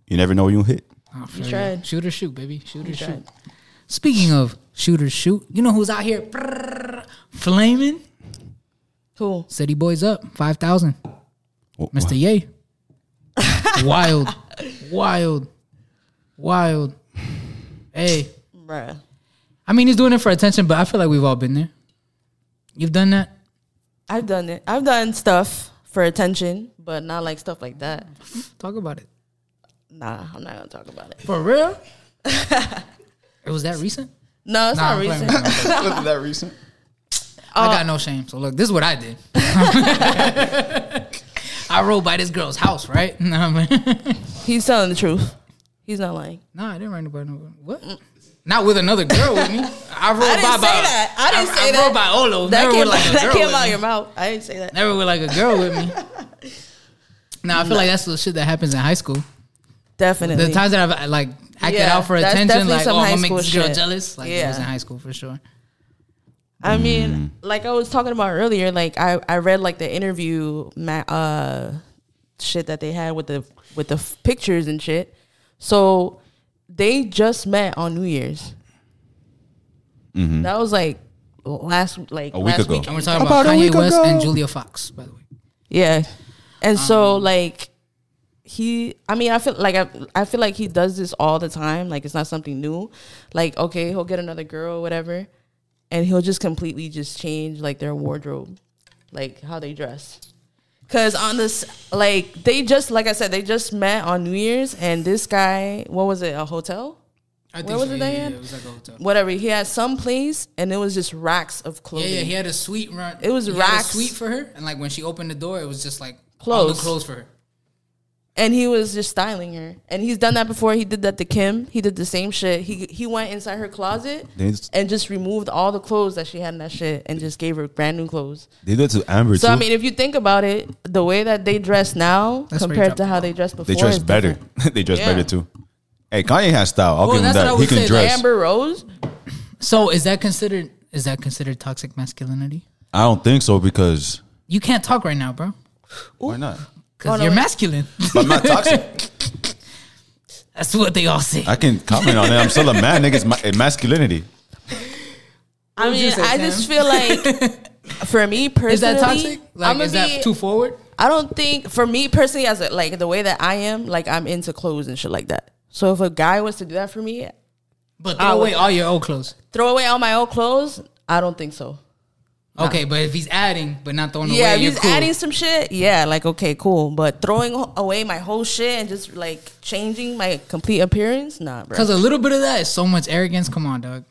S2: you never know you hit.
S3: Oh, for real.
S1: tried.
S3: Shoot or shoot, baby. Shoot or shoot.
S1: tried.
S3: Speaking of shoot or shoot, you know who's out here brrr, flaming?
S1: cool.
S3: City boys up five thousand.
S2: Wh-
S3: Mr. Ye. [LAUGHS] wild, wild, wild. Hey,
S1: Bruh.
S3: I mean he's doing it for attention, but I feel like we've all been there. You've done that.
S1: I've done it. I've done stuff for attention, but not like stuff like that.
S3: Talk about it
S1: Nah, I'm not gonna talk about it.
S3: for real. [LAUGHS] it was that recent.
S1: No, it's
S3: Nah,
S1: not
S3: I'm playing,
S1: recent.
S2: [LAUGHS]
S3: I'm playing.
S2: Wasn't that recent?
S3: I got no shame. So look, this is what I did. [LAUGHS] I rode by this girl's house, right? [LAUGHS] No, man.
S1: He's telling the truth. He's not lying.
S3: Nah, I didn't ride nobody. What? Not with another girl with me. I rode
S1: Mm. [LAUGHS] I didn't
S3: by
S1: say
S3: by.
S1: that. I didn't say
S3: I
S1: that.
S3: rode by Olo.
S1: That
S3: never
S1: came,
S3: with like a
S1: that
S3: girl
S1: came
S3: with
S1: out
S3: me.
S1: your mouth. I didn't say that.
S3: Never with like a girl with me.
S1: [LAUGHS]
S3: Now I feel like that's the shit that happens in high school.
S1: Definitely.
S3: The times that I've like acted
S1: Yeah,
S3: out for
S1: that's
S3: attention,
S1: definitely
S3: like
S1: some
S3: oh, I'm
S1: high
S3: gonna make
S1: school
S3: this girl
S1: shit.
S3: jealous. Like it was
S1: Yeah.
S3: in high school for sure.
S1: I mean,
S3: Hmm.
S1: like I was talking about earlier, like I, I read like the interview ma- uh shit that they had with the with the f- pictures and shit. So they just met on New Year's.
S3: Mm-hmm.
S1: That was like last like
S2: A week
S1: last
S2: ago.
S1: weekend.
S3: And we're talking
S2: About
S3: about,
S2: a
S3: Kanye
S2: week
S3: West
S2: ago.
S3: and Julia Fox, by the way.
S1: Yeah. And so
S3: Um,
S1: like he I mean I feel like I I feel like he does this all the time. Like it's not something new. Like okay, he'll get another girl or whatever and he'll just completely just change like their wardrobe, like how they dress. Cuz on this like they just like I said they just met on New Year's and this guy, what was it? A hotel?
S3: I think
S1: Where was it
S3: yeah,
S1: they
S3: yeah,
S1: at?
S3: it was like a hotel.
S1: Whatever. He had some place and it was just racks of
S3: Yeah,
S1: clothing.
S3: yeah, he had a sweet run.
S1: It was
S3: he Had a
S1: racks.
S3: suite for her, and like when she opened the door, it was just like all
S1: Clothes.
S3: new clothes for her.
S1: and he was just styling her. And he's done that before. He did that to Kim. He did the same shit. He he went inside her closet
S2: They just-
S1: and just removed all the clothes that she had in that shit and just gave her brand new clothes.
S2: They did it to Amber
S1: So
S2: too.
S1: I mean, if you think about it, the way that they dress now
S3: That's where you
S1: compared to
S3: drop
S1: how
S3: the
S1: they dressed before,
S2: they dress
S1: is
S2: better.
S1: different.
S2: [LAUGHS] they dress
S1: Yeah.
S2: better too. Hey, Kanye has style. I'll
S3: Well,
S2: give him
S3: that's what I
S2: that. He
S3: would
S2: can
S3: say.
S2: dress.
S1: Amber Rose,
S3: So is that considered? Is that considered toxic masculinity?
S2: I don't think so because
S3: You can't talk right now, bro,
S2: why not?
S3: because
S1: Oh, no,
S3: you're
S1: wait.
S3: masculine. [LAUGHS]
S2: But I'm not toxic.
S3: That's what they all say.
S2: I can comment on it. I'm still a man. Niggas, ma- eh, masculinity.
S1: I
S3: would you
S1: mean,
S3: say,
S1: I
S3: Sam?
S1: just feel like [LAUGHS] for me personally,
S3: Is that toxic? Like,
S1: I'm
S3: is that too forward?
S1: I don't think for me personally, as a, like the way that I am, like I'm into clothes and shit like that. So if a guy was to do that for me,
S3: But
S1: Ah,
S3: throw away all your old clothes.
S1: throw away all my old clothes? I don't think so.
S3: Okay, but if he's adding but not throwing
S1: yeah,
S3: away,
S1: if
S3: you're
S1: he's
S3: cool.
S1: adding some shit, yeah, like okay, cool. But throwing ho- away my whole shit and just like changing my complete appearance, nah, bro.
S3: Because a little bit of that is so much arrogance. Come on, dog.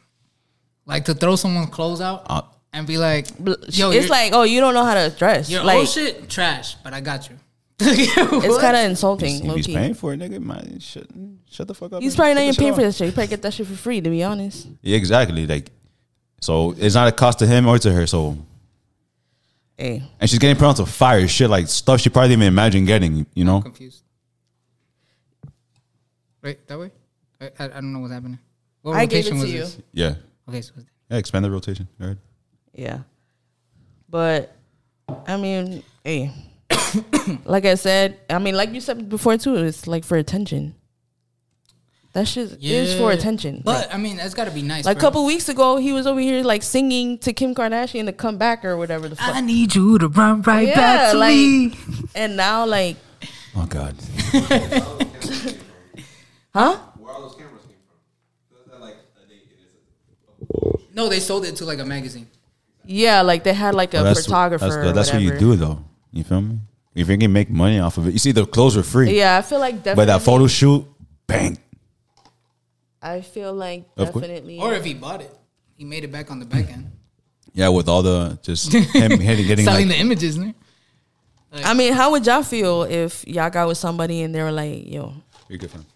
S3: Like to throw someone's clothes out
S2: Uh,
S3: and be like, yo,
S1: it's
S3: you're-
S1: like, oh, you don't know how to dress.
S3: your
S1: like,
S3: old shit trash, but I got you. [LAUGHS]
S1: it's
S3: it's
S1: kind of
S2: If
S1: insulting. Low
S2: he's
S1: key.
S2: paying for it, nigga, man, shut, shut the fuck up.
S1: He's
S2: man.
S1: probably not
S2: Put the shit
S1: even paying for
S2: on.
S1: that shit. He probably get that shit for free. To be honest,
S2: Yeah, exactly. Like, so it's not a cost to him or to her. So,
S1: hey,
S2: and she's getting put onto fire shit, like stuff she probably didn't even imagine getting. You know,
S3: confused. Right that way? I, I, I don't know what's happening. What
S1: I gave it
S3: rotation
S1: to
S3: was
S1: you.
S3: this?
S2: yeah,
S3: Okay, so it's-
S2: yeah. Expand the rotation. All right.
S1: Yeah. But I mean, hey. [COUGHS] like I said, I mean, like you said before too, it's like for attention. That shit is for
S3: Yeah.
S1: attention.
S3: But I mean, that's got to be nice.
S1: like a
S3: bro.
S1: couple weeks ago, he was over here like singing to Kim Kardashian to come back or whatever the fuck.
S3: I need you to run right
S1: Yeah,
S3: back to
S1: like-
S3: me.
S1: and now like,
S2: Oh God.
S1: huh?
S3: No, they sold it to like a magazine.
S1: Yeah, like they had like a
S2: Well,
S1: photographer.
S2: That's,
S1: or
S2: good. that's what you
S1: whatever.
S2: do though. You feel me? If you can make money off of it, you see the clothes are free,
S1: Yeah, I feel like definitely.
S2: but that photo shoot, bang.
S1: I feel like
S2: Of course.
S1: definitely.
S3: Or if he bought it, he made it back on the back end.
S2: Yeah, with all the [LAUGHS] just him hitting, getting
S3: Selling
S2: like,
S3: the images, man.
S1: I mean, how would y'all feel if y'all got with somebody and they were like, yo,
S2: You're good, fam.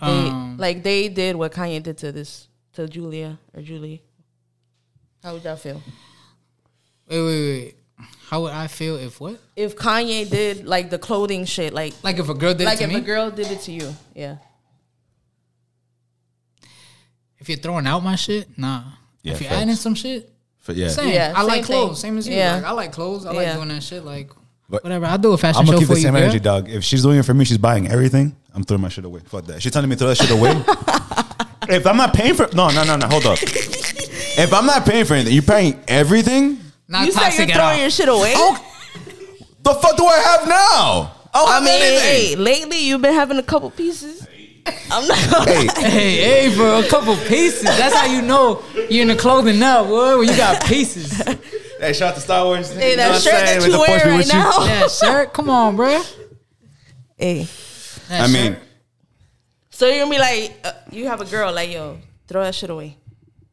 S1: they,
S3: Um,
S1: like they did what Kanye did to this to Julia or Julie? How would y'all feel
S3: Wait, wait, wait. How would I feel if what?
S1: if Kanye did like the clothing shit, like
S3: Like if a girl did it
S1: like
S3: to
S1: if
S3: me?
S1: a girl did it to you? Yeah,
S3: if you're throwing out my shit, nah.
S2: Yeah,
S3: if you're
S2: facts.
S3: adding some shit,
S2: But yeah,
S3: same.
S1: Yeah,
S3: I like
S1: same thing.
S3: clothes, same as you.
S1: Yeah.
S3: Like, I like clothes. I like
S1: Yeah.
S3: doing that shit. Like
S2: But-
S3: whatever. I'll do a fashion
S2: I'm gonna
S3: show
S2: keep
S3: for
S2: the
S3: you.
S2: same
S3: girl.
S2: energy, dog. If she's doing it for me, she's buying everything. I'm throwing my shit away. Fuck that. She's telling me to throw that shit
S1: [LAUGHS]
S2: away. if I'm not paying for no, no, no, no. Hold up. if I'm not paying for anything, you're paying everything.
S3: Not
S1: you said
S3: toxic
S1: you're
S3: at all.
S1: throwing your shit away.
S2: The fuck do I have now? Oh,
S1: Oh. I mean, hey, lately you've been having a couple pieces. I'm not. Gonna
S2: Hey,
S1: [LAUGHS]
S3: hey, hey, bro, a couple pieces. That's how you know you're in the clothing now, boy. When you got pieces.
S2: hey, shout out to Star Wars.
S1: Hey, that shirt that you wear right now.
S3: That shirt, come on, bro.
S1: [LAUGHS] Hey,
S3: That
S2: I mean,
S3: shirt.
S1: so you're gonna be like, uh, you have a girl, like yo, throw that shit away.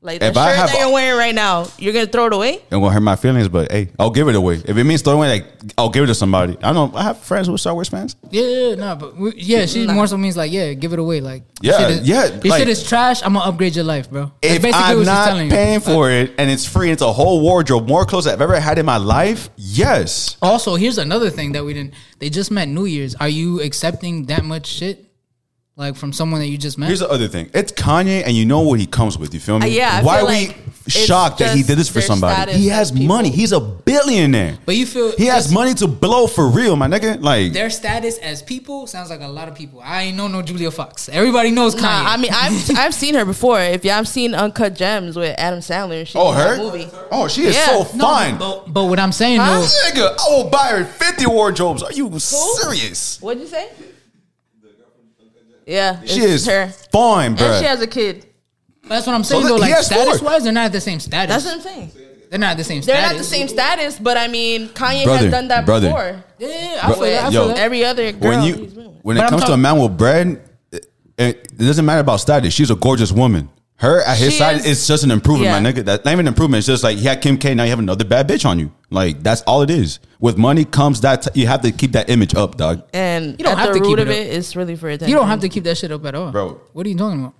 S1: Like that
S2: If I
S1: shirt
S2: have
S1: that
S2: a-
S1: you're wearing right now, you're gonna throw it away.
S2: it won't hurt my feelings, but hey, I'll give it away. If it means throwing, like, I'll give it to somebody. I don't know. I have friends who are Star Wars fans.
S3: yeah, yeah, no, but we, yeah, she more so means like, yeah, give it away, like,
S2: Yeah,
S3: shit is,
S2: yeah,
S3: your
S2: like-
S3: shit is trash. I'm gonna upgrade your life, bro. That's
S2: If I'm
S3: what she's
S2: not
S3: telling you. Uh,
S2: paying for it and it's free, it's a whole wardrobe, more clothes I've ever had in my life. Yes.
S3: Also, here's another thing that we didn't. They just met New Year's. Are you accepting that much shit, like from someone that you just met?
S2: Here's the other thing. It's Kanye, and you know what he comes with. You feel me?
S1: Uh, yeah, I
S2: Why
S1: feel
S2: are
S1: like
S2: we
S1: it's
S2: shocked that he
S1: just
S2: did this for
S1: their
S2: somebody?
S1: status
S2: He
S1: as
S2: has
S1: people.
S2: money. He's a billionaire.
S3: but you feel
S2: He has money to blow for real, my nigga. Like,
S3: Their status as people sounds like a lot of people. I ain't know no Julia Fox. Everybody knows Kanye.
S1: Nah, I
S3: [LAUGHS]
S1: mean, I've I've seen her before. If y'all have seen Uncut Gems with Adam Sandler, and she
S2: oh
S1: was in
S2: her,
S1: that movie.
S2: oh she is
S1: Yeah.
S2: so
S3: No,
S2: fine.
S3: But, but what I'm saying
S1: Huh?
S3: though,
S2: Nigga, I will buy her 50 wardrobes. Are you serious?
S1: What'd you say? Yeah,
S2: She is
S1: it's her,
S2: fine,
S1: and she
S2: bro.
S1: has a kid.
S3: that's what I'm saying
S2: that-
S3: though.
S2: he
S3: Like
S2: has four.
S3: status wise, they're not at the same status.
S1: That's what I'm saying.
S3: they're not at the same.
S1: They're
S3: status.
S1: not the same status, but I mean, Kanye
S2: Brother,
S1: has done that
S2: brother.
S1: before.
S3: Yeah, yeah, I feel
S2: Bro,
S3: that. I
S2: yo.
S3: feel that.
S1: Every other girl,
S2: When you
S1: he's been with.
S2: when
S3: But
S2: it
S3: I'm
S2: comes to a
S3: talk-
S2: man with bread, it, it doesn't matter about status. She's a gorgeous woman. Her at his
S1: She
S2: side
S1: is-
S2: is just an improvement, my
S1: Yeah.
S2: nigga. That's not even an improvement. It's just like he had Kim K. Now you have another bad bitch on you. Like that's all it is. With money comes that you have to keep that image up, dog.
S1: and
S3: You don't
S1: at
S3: have to
S1: the
S3: keep
S1: root
S3: it
S1: of
S3: up.
S1: it, it's really for attention.
S3: You don't have to keep that shit up at all,
S2: Bro.
S3: What are you talking about?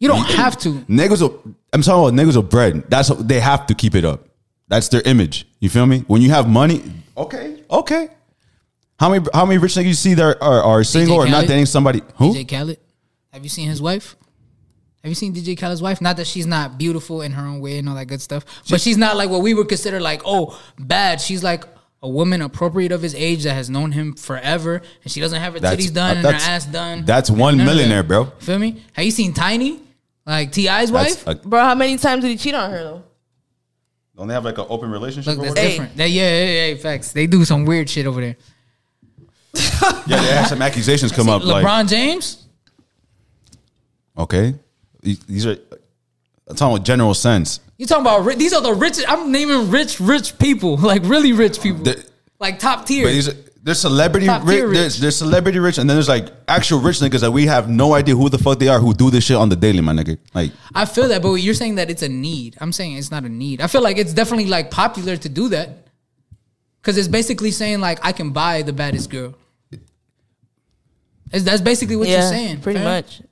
S3: You don't have to.
S2: Niggas, will, I'm talking about niggas with bread. That's they have to keep it up. That's their image. You feel me? When you have money, okay, okay. How many how many rich niggas you see that are, are single or not
S3: Khaled?
S2: dating somebody? Who?
S3: DJ Khaled. Have you seen his wife? Have you seen DJ Khaled's wife? Not that she's not beautiful in her own way and all that good stuff, but she's not like what we would consider like oh bad. She's like a woman appropriate of his age that has known him forever, and she doesn't have her
S2: That's-
S3: titties done and her
S2: that's-
S3: ass done.
S2: that's
S3: and
S2: one
S3: none of that.
S2: millionaire, bro.
S3: Feel me? Have you seen Tiny, like Ti's
S2: That's
S3: wife?
S2: a,
S1: bro. How many times did he cheat on her though?
S2: don't they have like an open relationship?
S3: Look,
S2: or
S3: that's
S2: whatever?
S1: Hey.
S3: different. That, yeah, yeah, yeah, facts. They do some weird shit over there.
S2: yeah, they had some accusations come up.
S3: LeBron
S2: Like,
S3: James.
S2: okay, these are. I'm talking about general sense.
S3: You talking about ri- these are the richest? I'm naming rich, rich people, [LAUGHS] like really rich people,
S2: The-
S3: like top tier.
S2: But these are, there's celebrity
S3: Top
S2: rich,
S3: tier rich.
S2: There's, there's celebrity rich, and then there's like actual rich niggas that we have no idea who the fuck they are who do this shit on the daily, my nigga. Like,
S3: I feel that, but you're saying that it's a need. I'm saying it's not a need. I feel like it's definitely like popular to do that because it's basically saying like I can buy the baddest girl. It's, that's basically what you're saying.
S1: pretty
S3: fam.
S1: much.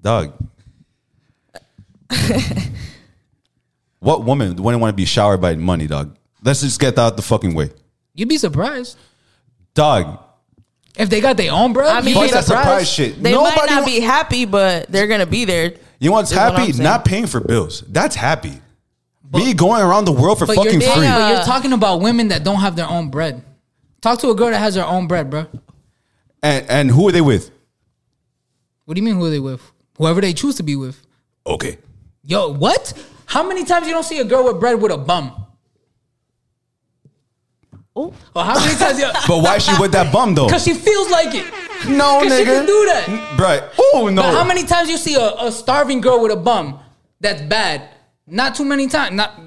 S2: dog. what woman wouldn't want to be showered by money, dog? Let's just get that out the fucking way,
S3: You'd be surprised
S2: dog.
S3: if they got their own, bro.
S1: I mean,
S2: Fuck
S3: you'd be
S2: that
S3: surprised.
S2: surprise shit.
S1: They
S2: Nobody
S1: might not
S2: wa-
S1: be happy, but they're gonna be there.
S2: You know what's
S1: Is what
S2: happy?
S1: I'm saying.
S2: Not paying for bills. That's happy. Me going around the world for
S3: But you're,
S2: fucking
S3: talking-
S2: free.
S3: but you're talking about women that don't have their own bread. Talk to a girl that has her own bread, bro.
S2: And and who are they with?
S3: What do you mean who they with? Whoever they choose to be with.
S2: Okay.
S3: Yo, what? How many times you don't see a girl with bread with a bum?
S1: Oh.
S3: Or how many times?
S2: But why she with that bum though?
S3: Because she feels like it.
S2: no,
S3: 'cause she can do that.
S2: Right. Oh no.
S3: But how many times you see a, a starving girl with a bum that's bad? Not too many times. Not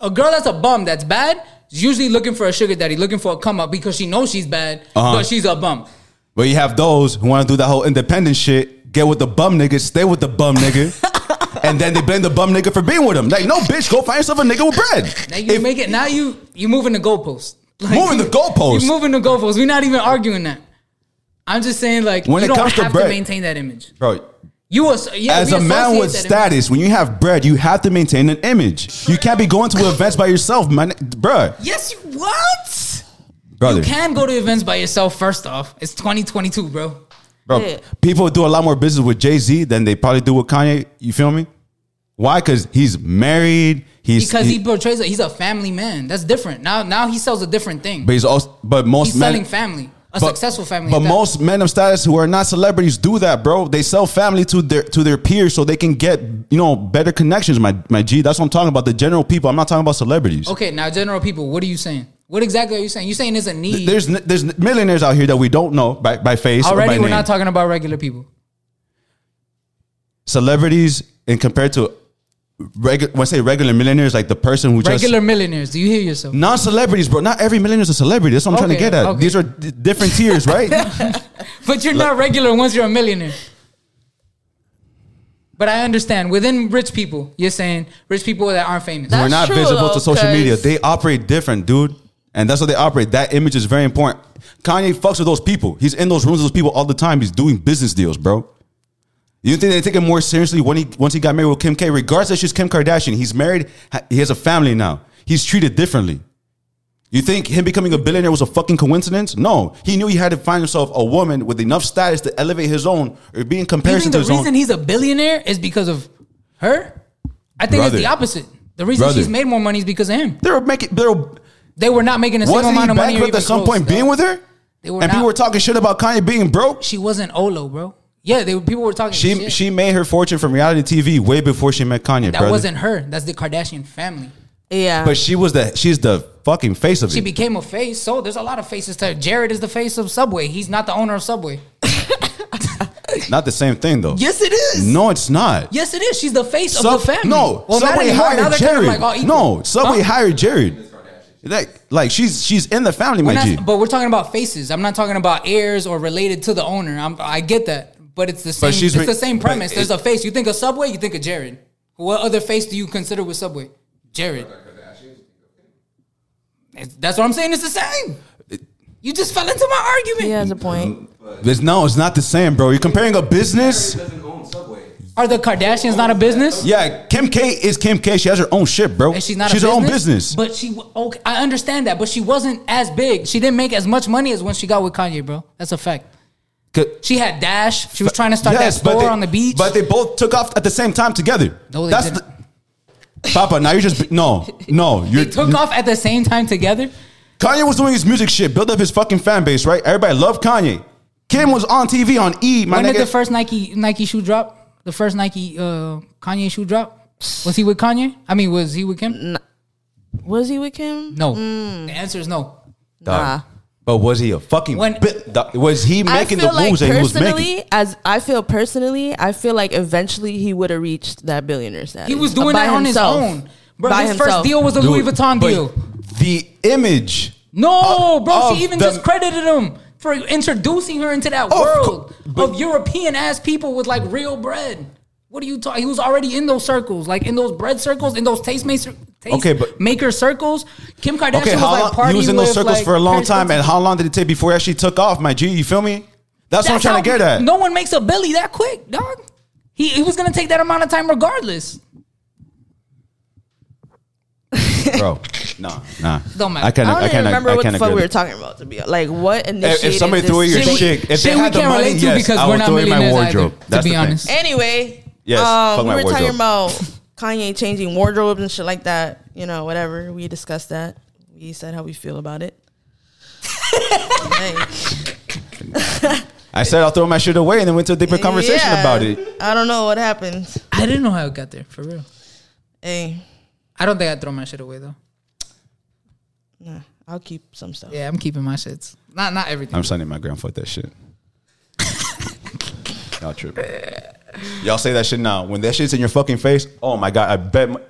S3: a girl that's a bum that's bad is usually looking for a sugar daddy, looking for a come up because she knows she's bad,
S2: Uh-huh.
S3: but she's a bum.
S2: But you have those who want to do that whole independent shit, get with the bum nigga, stay with the bum
S3: [LAUGHS]
S2: nigga, and then they blame the bum nigga for being with him. Like, no, bitch, go find yourself a nigga with bread.
S3: [LAUGHS] Now you
S2: If-
S3: make it. Now you you moving the goalpost. Like,
S2: Moving the goalpost.
S3: You're moving the goalpost. We're not even arguing that. I'm just saying like
S2: When
S3: you
S2: it
S3: don't
S2: comes to
S3: have to
S2: bread-
S3: maintain that image.
S2: Bro,
S3: You was yeah,
S2: As
S3: we
S2: a man
S3: associate
S2: with
S3: that image.
S2: status, when you have bread, you have to maintain an image. You can't be going to events by yourself, man. Bruh,
S3: Yes, you what?
S2: brother,
S3: You can go to events by yourself. First off, it's 2022, bro.
S2: bro.
S1: Yeah.
S2: People do a lot more business with Jay Z than they probably do with Kanye. You feel me? Why? Because he's married. He's
S3: because he,
S2: he-
S3: portrays a, he's a family man. That's different. Now now he sells a different thing.
S2: but he's also, but most
S3: he's
S2: men,
S3: selling family, a successful family.
S2: But
S3: at that.
S2: most men of status who are not celebrities do that, bro. They sell family to their to their peers so they can get you know better connections. My my G, that's what I'm talking about. The general people. I'm not talking about celebrities.
S3: okay, now general people, what are you saying? What exactly are you saying? You saying there's a need?
S2: There's n- there's n- millionaires out here that we don't know by, by face or
S3: already.
S2: by
S3: We're
S2: name.
S3: not talking about regular people.
S2: Celebrities and compared to regular when I say regular millionaires, like the person who
S3: Regular
S2: just
S3: millionaires. Do you hear yourself?
S2: non celebrities, bro. Not every millionaire is a celebrity. That's what I'm trying to
S3: Okay,
S2: get at.
S3: okay.
S2: These are d- different tiers, right?
S3: [LAUGHS] But you're not regular once you're a millionaire. But I understand within rich people, you're saying rich people that aren't famous.
S1: That-
S2: We're
S1: That's
S2: not
S1: true,
S2: visible
S1: though,
S2: to social
S1: 'cause-
S2: media. They operate different, dude. And that's how they operate. That image is very important. Kanye fucks with those people. He's in those rooms with those people all the time. He's doing business deals, bro. You think they take him more seriously when he once he got married with Kim K? Regardless that she's Kim Kardashian, he's married. ha- He has a family now. He's treated differently. You think him becoming a billionaire was a fucking coincidence? No, he knew he had to find himself a woman with enough status to elevate his own or be in
S3: you
S2: comparison
S3: think
S2: to
S3: the
S2: his own.
S3: reason he's a billionaire is because of her? I think
S2: Brother.
S3: it's the opposite. The reason
S2: Brother.
S3: she's made more money is because of him.
S2: they were making. They were
S3: They were not making the same
S2: wasn't
S3: amount
S2: he
S3: of money. or
S2: bankrupt
S3: even
S2: at some
S3: close,
S2: point
S3: though.
S2: being with her?
S3: They were
S2: and
S3: not-
S2: people were talking shit about Kanye being broke.
S3: She wasn't Olo, bro. Yeah, they were, people were talking.
S2: She
S3: shit.
S2: she made her fortune from reality TV way before she met Kanye,
S3: that
S2: brother.
S3: wasn't her. That's the Kardashian family.
S1: Yeah.
S2: but she was the she's the fucking face of
S3: She
S2: it.
S3: became a face. So there's a lot of faces to her. Jared is the face of Subway. He's not the owner of Subway.
S2: not the same thing though.
S3: Yes, it is.
S2: No, it's not.
S3: Yes, it is. She's the face
S2: Sub-
S3: of the family.
S2: No,
S3: Well, not
S2: Subway
S3: anymore. Now
S2: hired
S3: they're kind of
S2: Jared.
S3: like oh, all equal.
S2: no, Subway
S3: Huh?
S2: hired Jared. Like like she's she's in the family,
S3: We're
S2: my
S3: not-
S2: G.
S3: but we're talking about faces. I'm not talking about heirs or related to the owner. I'm, I get that, but it's the same.
S2: she's
S3: it's
S2: re-
S3: the same
S2: but
S3: premise. There's
S2: it-
S3: a face. You think of Subway, you think of Jared. What other face do you consider with Subway? Jared. It's- That's what I'm saying. It's the same. You just fell into my argument.
S1: he has a point.
S2: There's- no, it's not the same, bro. You're comparing a business.
S3: Are the Kardashians not a business?
S2: Yeah, Kim K is Kim K. She has her own shit, bro.
S3: And she's not.
S2: She's
S3: a
S2: her
S3: business,
S2: own business.
S3: But she. w- Okay, I understand that. But she wasn't as big. She didn't make as much money as when she got with Kanye, bro. That's a fact.
S2: 'Cause-
S3: She had Dash. She was trying to start
S2: Yes,
S3: that store
S2: but they,
S3: on the beach.
S2: But they both took off at the same time together.
S3: No, they didn't.
S2: the- Papa, now you're just no, no. You're,
S3: [LAUGHS] they took off at the same time together.
S2: Kanye was doing his music shit, build up his fucking fan base, right? Everybody loved Kanye. Kim was on TV on E. My
S3: when
S2: nigga,
S3: did the first Nike Nike shoe drop? The first Nike uh, Kanye shoe drop? Was he with Kanye? I mean, was he with Kim?
S1: Was he with Kim?
S3: No.
S1: Mm.
S3: The answer is no.
S1: Nah.
S2: but was he a fucking?
S3: When-
S2: bit, dog? was he making
S1: I
S2: the
S1: feel
S2: moves
S1: like
S2: that he was
S1: personally,
S2: making?
S1: as I feel personally, I feel like eventually he would have reached that billionaire status.
S3: He was doing
S1: Uh, by
S3: that on
S1: himself.
S3: his own. Bro,
S1: By
S3: his first
S1: himself.
S3: deal was a Louis
S2: Dude,
S3: Vuitton
S2: but
S3: deal.
S2: The image.
S3: No,
S2: of-
S3: bro,
S2: of
S3: she even
S2: the-
S3: discredited him for introducing her into that
S2: Of
S3: world
S2: cour- but-
S3: of European ass people with like real bread. What are you talking? He was already in those circles, like in those bread circles, in those tastemaker, taste
S2: Okay, but-
S3: maker circles. Kim Kardashian
S2: Okay,
S3: was
S2: how
S3: like
S2: long,
S3: partying
S2: he was in those
S3: with,
S2: circles
S3: like,
S2: for a long
S3: Paris
S2: time,
S3: Hilton.
S2: and how long did it take before he actually took off? My G, you feel me? That's, what I'm trying to
S3: how-
S2: get at.
S3: No one makes a Billy that quick, dog. He, he was gonna take that amount of time regardless.
S2: bro. Nah, nah.
S3: Don't matter.
S2: I can't.
S1: I don't
S2: I
S1: even
S2: can't
S1: remember
S2: I
S1: what
S2: can't
S1: the fuck
S2: agree
S1: we were
S2: with it.
S1: talking about. To be like, what
S2: If,
S1: initiated
S2: if somebody threw your
S1: this
S3: shit we-
S2: shit, if they
S3: shit we
S2: had the
S3: can't
S2: money,
S3: relate to
S2: yes,
S3: because
S2: I
S3: we're
S2: would
S3: not
S2: throw it in my
S3: millionaires either,
S2: wardrobe.
S3: to
S2: That's
S3: be
S2: the thing.
S3: honest.
S1: Anyway,
S2: Yes,
S1: um,
S2: fuck
S1: we
S2: my
S1: were
S2: wardrobe.
S1: talking about Kanye changing wardrobes and shit like that. You know, whatever. We discussed that. We said how we feel about it. Hey.
S2: I said I'll throw my shit away and then went to a deeper [LAUGHS] conversation
S1: Yeah.
S2: about it.
S1: I don't know what happened.
S3: I didn't know how it got there, for real.
S1: Hey,
S3: I don't think I'd throw my shit away though.
S1: nah, I'll keep some stuff.
S3: Yeah, I'm keeping my shits. Not not everything.
S2: I'm sending my grandfather that
S3: [LAUGHS]
S2: shit. Y'all tripping. Y'all say that shit now. When that shit's in your fucking face, oh my god, I bet. My,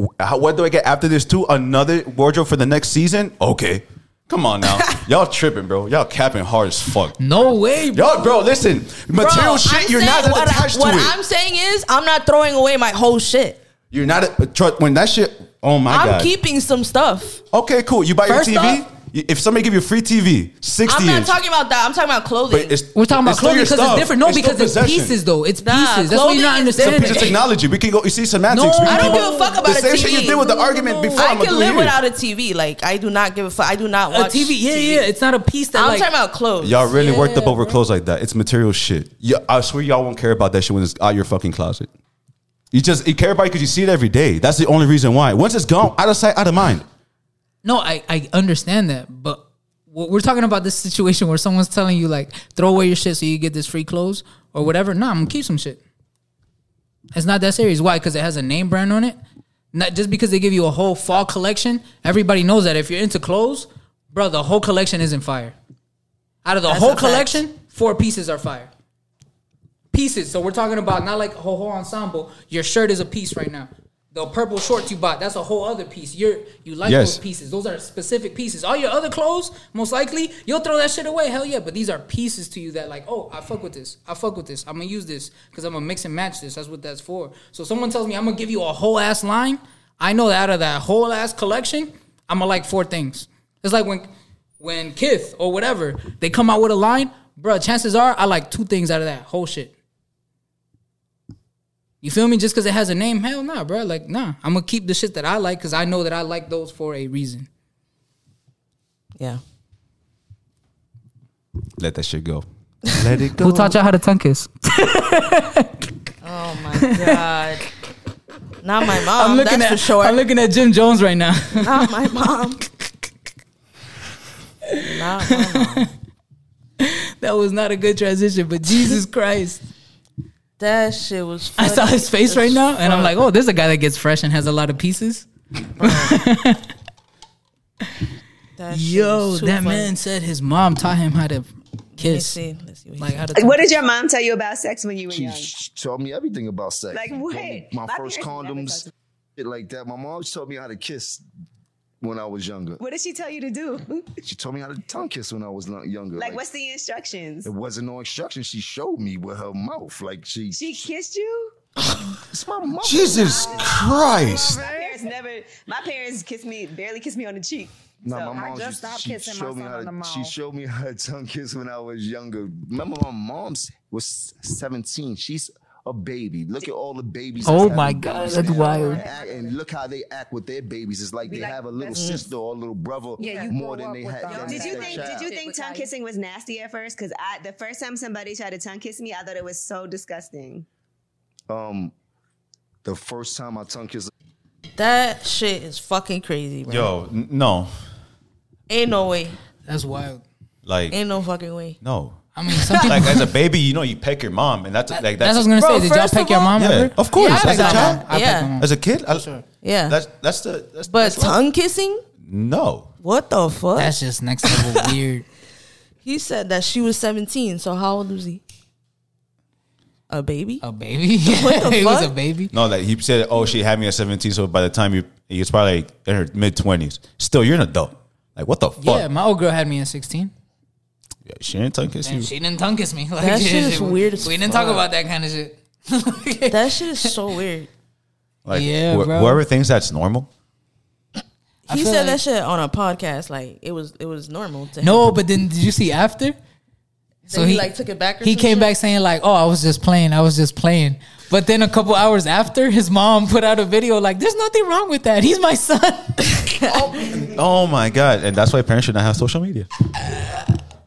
S2: Wh- how, what do I get after this too? Another wardrobe for the next season? Okay, come on
S3: [LAUGHS]
S2: now. Y'all tripping, bro. Y'all capping hard as fuck.
S3: no way, bro.
S2: Y'all, bro, listen. Material shit, you're not that
S1: what, I-
S2: attached
S1: what
S2: to
S1: I'm
S2: it.
S1: saying is, I'm not throwing away my whole shit.
S2: You're not a, trust, when that shit. Oh my
S1: I'm
S2: god.
S1: keeping some stuff.
S2: okay, cool. You buy your
S1: First
S2: TV.
S1: off-
S2: Y- if somebody give you a free TV, sixty
S1: I'm not
S2: inch,
S1: talking about that. I'm talking about clothing.
S2: but it's
S3: We're talking about
S2: still
S3: clothing
S2: your
S3: because it's
S2: stuff.
S3: different. No,
S2: still
S3: because it's
S2: possession.
S3: pieces though. It's
S1: Nah,
S3: pieces. That's what you're not
S1: clothing is
S3: understanding.
S2: piece
S3: [LAUGHS]
S2: of technology. We can go. You see semantics.
S3: No,
S2: we can
S3: I don't
S2: keep
S1: give a fuck about
S2: the same
S1: a
S2: shit
S1: TV.
S2: you did with the
S1: No, no,
S2: argument
S1: no.
S2: before.
S1: I
S2: I'ma
S1: can
S2: do
S1: live
S2: here.
S1: without a TV. Like I do not give a fuck. I do not
S3: A
S1: watch
S3: TV. Yeah, yeah. It's not a piece that
S1: I'm
S3: like.
S1: talking about clothes.
S2: Y'all really worked up over clothes like that. It's material shit. Yeah, I swear y'all won't care about that shit when it's out your fucking closet. You just you care about it because you see it every day. That's the only reason why. Once it's gone, out of sight, out of mind.
S3: no, I I understand that, but what we're talking about this situation where someone's telling you like throw away your shit so you get this free clothes or whatever. Nah, I'm gonna keep some shit. It's not that serious. Why? Because it has a name brand on it. Not just because they give you a whole fall collection. Everybody knows that if you're into clothes, bro, the whole collection isn't fire. Out of the
S1: That's a
S3: whole
S1: fact.
S3: collection, four pieces are fire. Pieces. So we're talking about not like a whole ensemble. Your shirt is a piece right now. The purple shorts you bought, that's a whole other piece. You're you like
S2: Yes.
S3: those pieces. Those are specific pieces. All your other clothes, most likely, you'll throw that shit away. Hell yeah. But these are pieces to you that like, oh, I fuck with this. I fuck with this. I'm gonna use this because I'm gonna mix and match this. That's what that's for. So someone tells me I'm gonna give you a whole ass line. I know that out of that whole ass collection, I'm gonna like four things. It's like when when Kith or whatever, they come out with a line, bruh, chances are I like two things out of that whole shit. You feel me? Just because it has a name, hell nah, bro. Like, nah. I'm gonna keep the shit that I like because I know that I like those for a reason.
S1: Yeah.
S2: Let that shit go. Let it go.
S3: Who taught y'all how to tongue kiss?
S1: Oh my god. Not my mom. Oh, that's
S3: at
S1: for sure.
S3: I'm looking at Jim Jones right now. [LAUGHS]
S1: Not my mom. Not my
S3: [LAUGHS]
S1: mom.
S3: that was not a good transition, but
S1: [LAUGHS]
S3: Jesus Christ.
S1: That shit was.
S3: I
S1: Funny.
S3: saw his face
S1: as
S3: right now and I'm
S1: fuck.
S3: like, oh, there's a guy that gets fresh and has a lot of pieces.
S1: That shit
S3: Yo,
S1: was too
S3: that
S1: funny.
S3: man said his mom taught him how to
S1: Let me
S3: kiss.
S1: see. Let's see what he
S3: Like how to
S9: What did your mom tell you about sex when you were young?
S10: She told me everything about sex.
S9: Like
S10: Told me
S9: what?
S10: My,
S9: My
S10: first
S9: parents never
S10: condoms,
S9: touched me.
S10: shit like that. My mom always told me how to kiss when I was younger.
S9: What did she tell you to do? [LAUGHS]
S10: She told me how to tongue kiss when I was not younger.
S9: Like, what's the instructions?
S10: It wasn't no instruction. She showed me with her mouth. Like she,
S9: She kissed you?
S10: it's my mouth.
S2: Jesus Christ.
S9: My parents never. My parents kissed me, barely kissed me on the cheek.
S10: Nah,
S9: so,
S10: my mom
S9: I
S10: just,
S9: stopped
S10: she
S9: kissing my
S10: showed me
S9: son
S10: how
S9: on
S10: to,
S9: the
S10: She
S9: mouth.
S10: showed me [LAUGHS] how to tongue kiss when I was younger. Remember, my mom's was 17. She's a baby. Look at all the babies. that's
S3: Oh
S10: having
S3: my
S10: babies
S3: God, that's
S10: now.
S3: wild.
S10: And act- And look how they act with their babies. It's like they
S9: like,
S10: have a little
S9: that's-
S10: sister or a little brother
S9: Yeah, you
S10: more
S9: grow
S10: than
S9: up
S10: they
S9: with
S10: had.
S9: them.
S10: than
S9: Did you
S10: their
S9: think?
S10: child.
S9: Did you think tongue kissing was nasty at first? Because I, the first time somebody tried to tongue kiss me, I thought it was so disgusting.
S10: um, the first time I tongue kissed
S1: That shit is fucking crazy, bro.
S2: Yo, n- no,
S1: Ain't no way.
S3: That's wild.
S2: like
S1: Ain't no fucking way.
S2: no.
S3: I mean, some people.
S2: Like as a baby, you know, you peck your mom, and that's [LAUGHS] like
S3: that's
S2: that's.
S3: what I was gonna
S1: Bro,
S3: say. Did y'all
S1: first
S3: pick
S1: of
S3: your
S1: all-
S3: mom
S2: yeah, Oh,
S3: ever?
S2: of course.
S1: Yeah,
S2: as a
S1: I-
S2: child,
S3: I picked
S1: Yeah.
S3: him up.
S2: as a kid, I,
S1: Yeah.
S2: That's that's the that's,
S11: But
S1: but
S2: that's why-
S1: tongue kissing?
S2: no.
S1: What the fuck?
S3: That's just next level weird.
S1: he said that she was 17. So how old was he? A baby?
S3: A baby? [LAUGHS]
S1: the
S3: he was a
S1: fuck?
S3: baby.
S2: No, like he said, oh, she had me at 17. So by the time you, he was probably like in her mid 20s. Still, you're an adult. Like, what the fuck?
S3: Yeah, my old girl had me at 16.
S2: she ain't tongue kiss
S3: And
S2: you.
S3: she didn't tongue kiss me. [LAUGHS] Like,
S1: That shit is weird as
S3: We didn't
S1: fuck.
S3: talk about that kind of shit. [LAUGHS]
S1: That shit is [LAUGHS] so weird.
S2: Like,
S3: Yeah,
S2: wh-
S3: bro.
S2: whoever thinks that's normal.
S1: He
S3: feel
S1: said
S3: like-
S1: that shit on a podcast. Like it was it was normal to
S3: [LAUGHS]
S1: him.
S3: no, but then did you see after?
S1: So he, like took it back or
S3: He
S1: some
S3: came
S1: shit?
S3: back saying like, "Oh, I was just playing. I was just playing." But then a couple hours after, his mom put out a video like, "There's nothing wrong with that. He's my son."
S1: Uh-huh.
S2: Oh my God. And that's why parents should not have social media.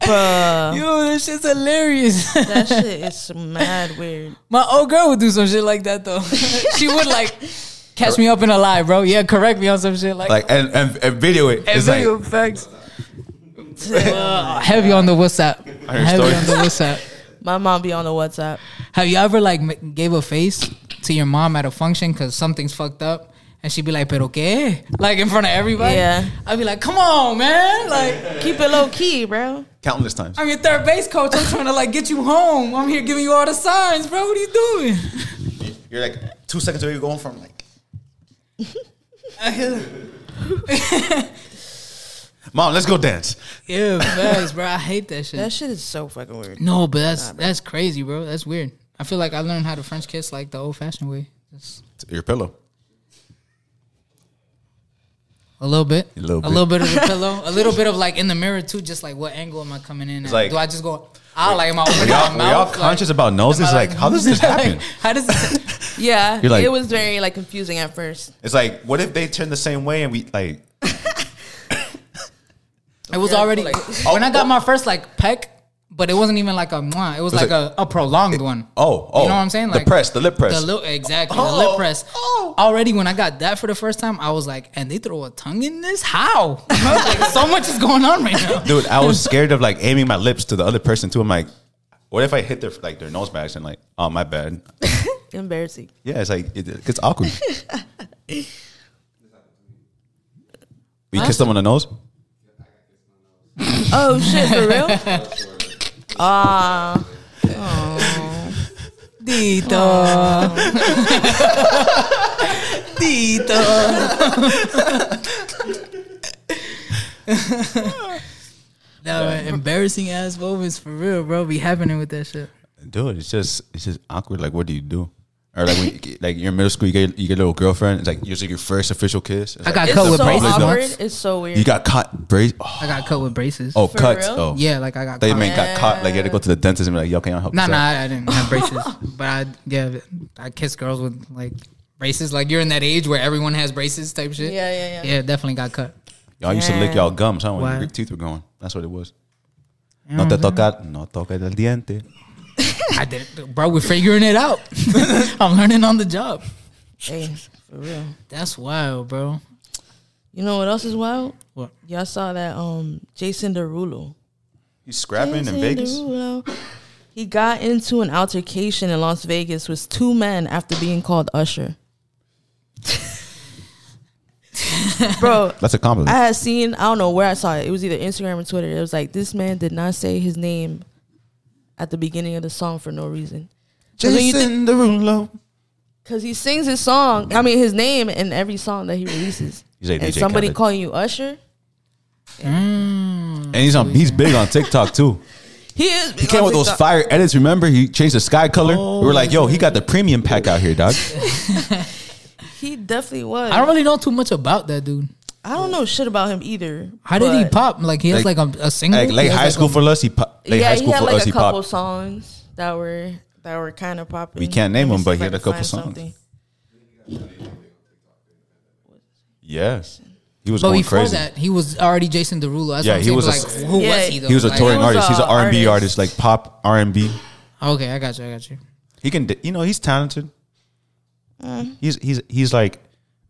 S1: Bruh,
S3: Yo, this shit's hilarious. [LAUGHS]
S1: [LAUGHS] that shit is mad weird.
S3: My old girl would do some shit like that though. [LAUGHS] she would like catch me up in a lie, bro. Yeah, correct me on some shit like,
S2: Like, and, and, and video it.
S3: and
S2: It's
S3: video
S1: [LAUGHS]
S2: like,
S3: facts. heavy on the WhatsApp.
S2: I heard
S3: Heavy
S2: stories.
S3: on the WhatsApp.
S1: My mom be on the WhatsApp.
S3: Have you ever like m- gave a face to your mom at a function because something's fucked up, and she'd be like, "Pero qué?" Like in front of everybody.
S1: Yeah.
S3: I'd be like, "Come on, man! Like keep it low key, bro."
S2: Countless times.
S3: I'm your third base coach. I'm trying to like get you home. I'm here giving you all the signs, bro. What are you doing?
S2: You're like two seconds away. You're going from like, mom, let's go dance.
S3: Yeah, facts, bro. I hate that shit.
S12: That shit is so fucking weird.
S3: No, but that's that's crazy, bro. That's weird. I feel like I learned how to French kiss like the old fashioned way. Just
S2: Your pillow.
S3: a little bit,
S2: A little
S3: a
S2: bit.
S3: little bit of the pillow,
S2: [LAUGHS]
S3: a little bit of like in the mirror too. Just like what angle am I coming in?
S2: It's
S3: At?
S2: like-
S3: Do I just go? I like am I opening
S2: Were y'all,
S3: my
S2: were y'all
S3: mouth? Like,
S2: conscious about noses? [LAUGHS] Like, how does this
S3: [LAUGHS]
S2: happen?
S3: how does it?
S1: Yeah,
S2: You're like-
S1: it was very like confusing at first.
S2: It's like, what if they turn the same way and we like?
S3: It was already [LAUGHS] when I
S2: oh,
S3: got my first like peck, but it wasn't even like a mwah. It was,
S2: It's
S3: like,
S2: like-
S3: a, a prolonged one.
S2: Oh, oh,
S3: you know what I'm saying?
S2: the press, the lip press.
S3: The lip, exactly.
S2: Oh,
S3: the lip press. Already, when I got that for the first time, I was like, "And they throw a tongue in this? How? [LAUGHS] I was like, so much is going on right now."
S2: Dude, I was scared of like aiming my lips to the other person too. I'm like, what if I hit their like their nose bags and like, oh my bad.
S1: Embarrassing.
S2: Yeah, it's like it, it gets awkward. we kissed them on the nose.
S1: Oh shit, for [LAUGHS] real? Ah.
S3: [LAUGHS] Dito, Dito. no, embarrassing ass moments for real, bro. Be happening with that shit.
S2: Dude, it's just it's just awkward. Like, what do you do? Or like when you get- like you're in middle school, you get you get a little girlfriend. It's like usually your first official kiss. It's
S3: I
S2: like,
S3: got
S2: it's
S3: cut
S2: the
S3: with
S2: public
S3: braces
S2: dunk.
S3: once.
S1: It's so weird.
S2: You got caught brace. Oh,
S3: I got cut with braces.
S2: oh,
S1: For
S2: cuts.
S1: real?
S2: Oh
S3: Yeah, like I got.
S2: They
S3: caught.
S2: man got caught. Like you had to go to the dentist and be like, "Yo, can I help?"
S3: Nah,
S2: you
S3: nah, I, I didn't have braces, but I yeah, I kissed girls with like braces. Like you're in that age where everyone has braces type shit.
S1: Yeah, yeah, yeah.
S3: Yeah, definitely got cut.
S2: Y'all used to lick y'all gums, huh? When
S3: Why?
S2: your teeth were going. That's what it was. No te toca, no toca el diente.
S3: I did, bro. We're figuring it out. [LAUGHS] I'm learning on the job.
S1: Hey, for real.
S3: That's wild, bro.
S1: You know what else is wild?
S3: What?
S1: Y'all saw that um Jason Derulo.
S2: You scrapping in
S1: Jason
S2: Vegas?
S1: Derulo. He got into an altercation in Las Vegas with two men after being called Usher. [LAUGHS] Bro,
S2: That's a compliment.
S3: Ah,
S1: I had seen, I don't know where I saw it. It was either Instagram or Twitter. It was like, this man did not say his name at the beginning of the song for no reason. Because
S2: Derulo.
S1: he sings his song, I mean, his name in every song that he releases.
S2: He's like
S1: and
S2: DJ
S1: somebody
S2: Khaled.
S1: calling you Usher?
S2: And he's on. He's big on TikTok too.
S1: He is.
S2: He came with those fire edits. Remember, he changed the sky color. we were like, "Yo, he got the premium pack out here, dog."
S1: He definitely was.
S3: I don't really know too much about that dude.
S1: I don't know shit about him either.
S3: How did he
S1: but-
S3: pop? Like he has
S2: Like-
S3: like, a, a single.
S2: like late
S3: He has,
S2: high
S3: like,
S2: school
S3: a-
S2: for us, he pop. Late
S1: yeah,
S2: high school
S1: he had
S2: for
S1: like
S2: us,
S1: a
S2: he
S1: couple
S2: popped.
S1: songs that were that were kind of popping.
S2: We can't name
S1: Let me
S2: him,
S1: see
S2: but
S1: if
S2: he
S1: I
S2: had a
S1: can
S2: couple
S1: find
S2: songs. Yes, he was
S3: but
S2: going
S3: before
S2: crazy.
S3: that, he was already Jason Derulo. That's
S2: Yeah,
S3: what I'm
S2: he
S3: saying,
S2: was
S3: but,
S2: a-
S3: like, who
S1: Yeah,
S3: was he? Though?
S2: He was a
S3: Like-
S2: touring
S1: was
S2: artist.
S1: a
S2: He's an R and B
S1: artist.
S2: artist, like pop R and B.
S3: Okay, I got you. I got you.
S2: He can, d- you know, he's talented. He's he's he's like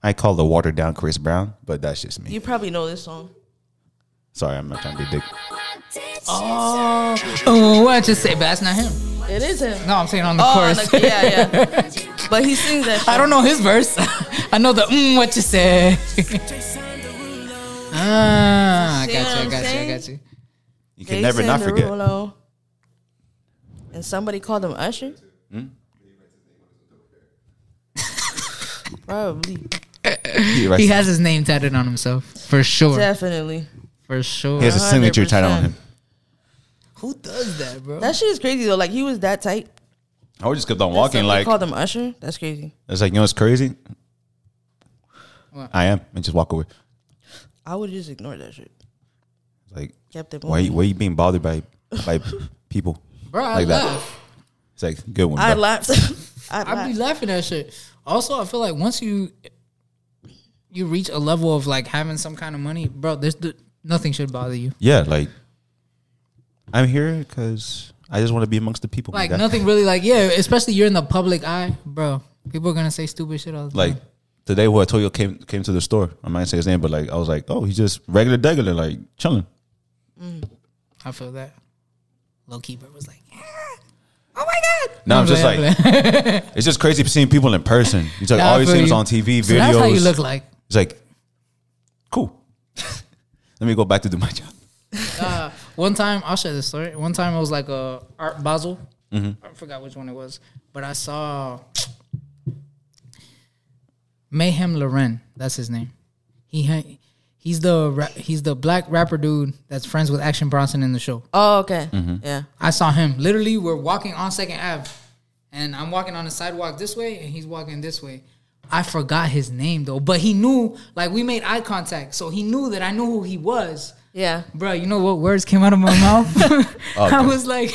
S2: I call the watered down Chris Brown, but that's just me.
S1: You probably know this song.
S2: Sorry, I'm not trying to be a dick.
S3: Oh, oh, what you say? But that's not him.
S1: It is him.
S3: No, I'm saying on the
S1: Oh,
S3: chorus.
S1: on the- yeah, yeah. but he sings that.
S3: [LAUGHS]
S1: Shit.
S3: I don't know his verse. [LAUGHS] I know the mm, what you say. [LAUGHS] ah, I
S1: See
S3: got
S1: what
S3: you, I got
S1: I'm
S3: you, I
S1: saying?
S3: got you.
S2: You can never not forget.
S1: Derulo. And somebody called him Usher.
S2: Hmm?
S1: [LAUGHS] probably,
S2: He, writes-
S3: He has his name tatted on himself for sure,
S1: definitely.
S3: for sure.
S2: he has a signature title on him.
S3: Who does that, bro?
S1: That shit is crazy though. Like he was that tight.
S2: I would just kept on
S1: that
S2: walking.
S1: somebody
S2: Like
S1: called him Usher. That's crazy.
S2: it's like you know, it's crazy.
S3: What?
S2: I am, and just walk away.
S1: I would just ignore that shit.
S2: It's like
S1: Kept it
S2: why you,
S1: moving.
S2: why you being bothered by
S3: [LAUGHS]
S2: by people
S3: bro, I
S2: like that?
S3: laugh.
S2: It's like good one.
S1: I
S2: bro.
S1: laughed. I
S3: I be
S1: laughed.
S3: laughing at shit. Also, I feel like once you you reach a level of like having some kind of money, bro, there's the, nothing should bother you.
S2: yeah, like I'm here because I just want to be amongst the people. my
S3: Like
S2: guy.
S3: nothing really, like yeah, especially you're in the public eye, bro. People are gonna say stupid shit all the
S2: like
S3: time.
S2: today who I told you came came to the store. I'm not gonna say his name, but like I was like, oh, he's just regular degular, like chilling.
S3: I feel that. Low key, bro was like, Oh my god!
S2: Now I'm just
S3: playing,
S2: like,
S3: playing.
S2: it's just crazy seeing people in person. It's like
S3: Nah, I
S2: all you
S3: feel
S2: see is
S3: you.
S2: on TV, videos.
S3: So that's how you look like.
S2: It's like, cool. [LAUGHS] Let me go back to do my job.
S3: uh, one time I'll share this story. One time it was like a Art Basel.
S2: Mhm.
S3: I forgot which one it was, but I saw Mayhem Loren. That's his name. He ha- he's the ra- he's the black rapper dude that's friends with Action Bronson in the show.
S1: Oh, okay.
S3: Mhm.
S1: Yeah.
S3: I saw him. Literally, we're walking on Second Ave, and I'm walking on the sidewalk this way, and he's walking this way. I forgot his name though, but he knew. Like we made eye contact, so he knew that I knew who he was.
S1: Yeah.
S3: Bro, you know what words came out of my mouth? [LAUGHS] I
S1: Okay.
S3: was like,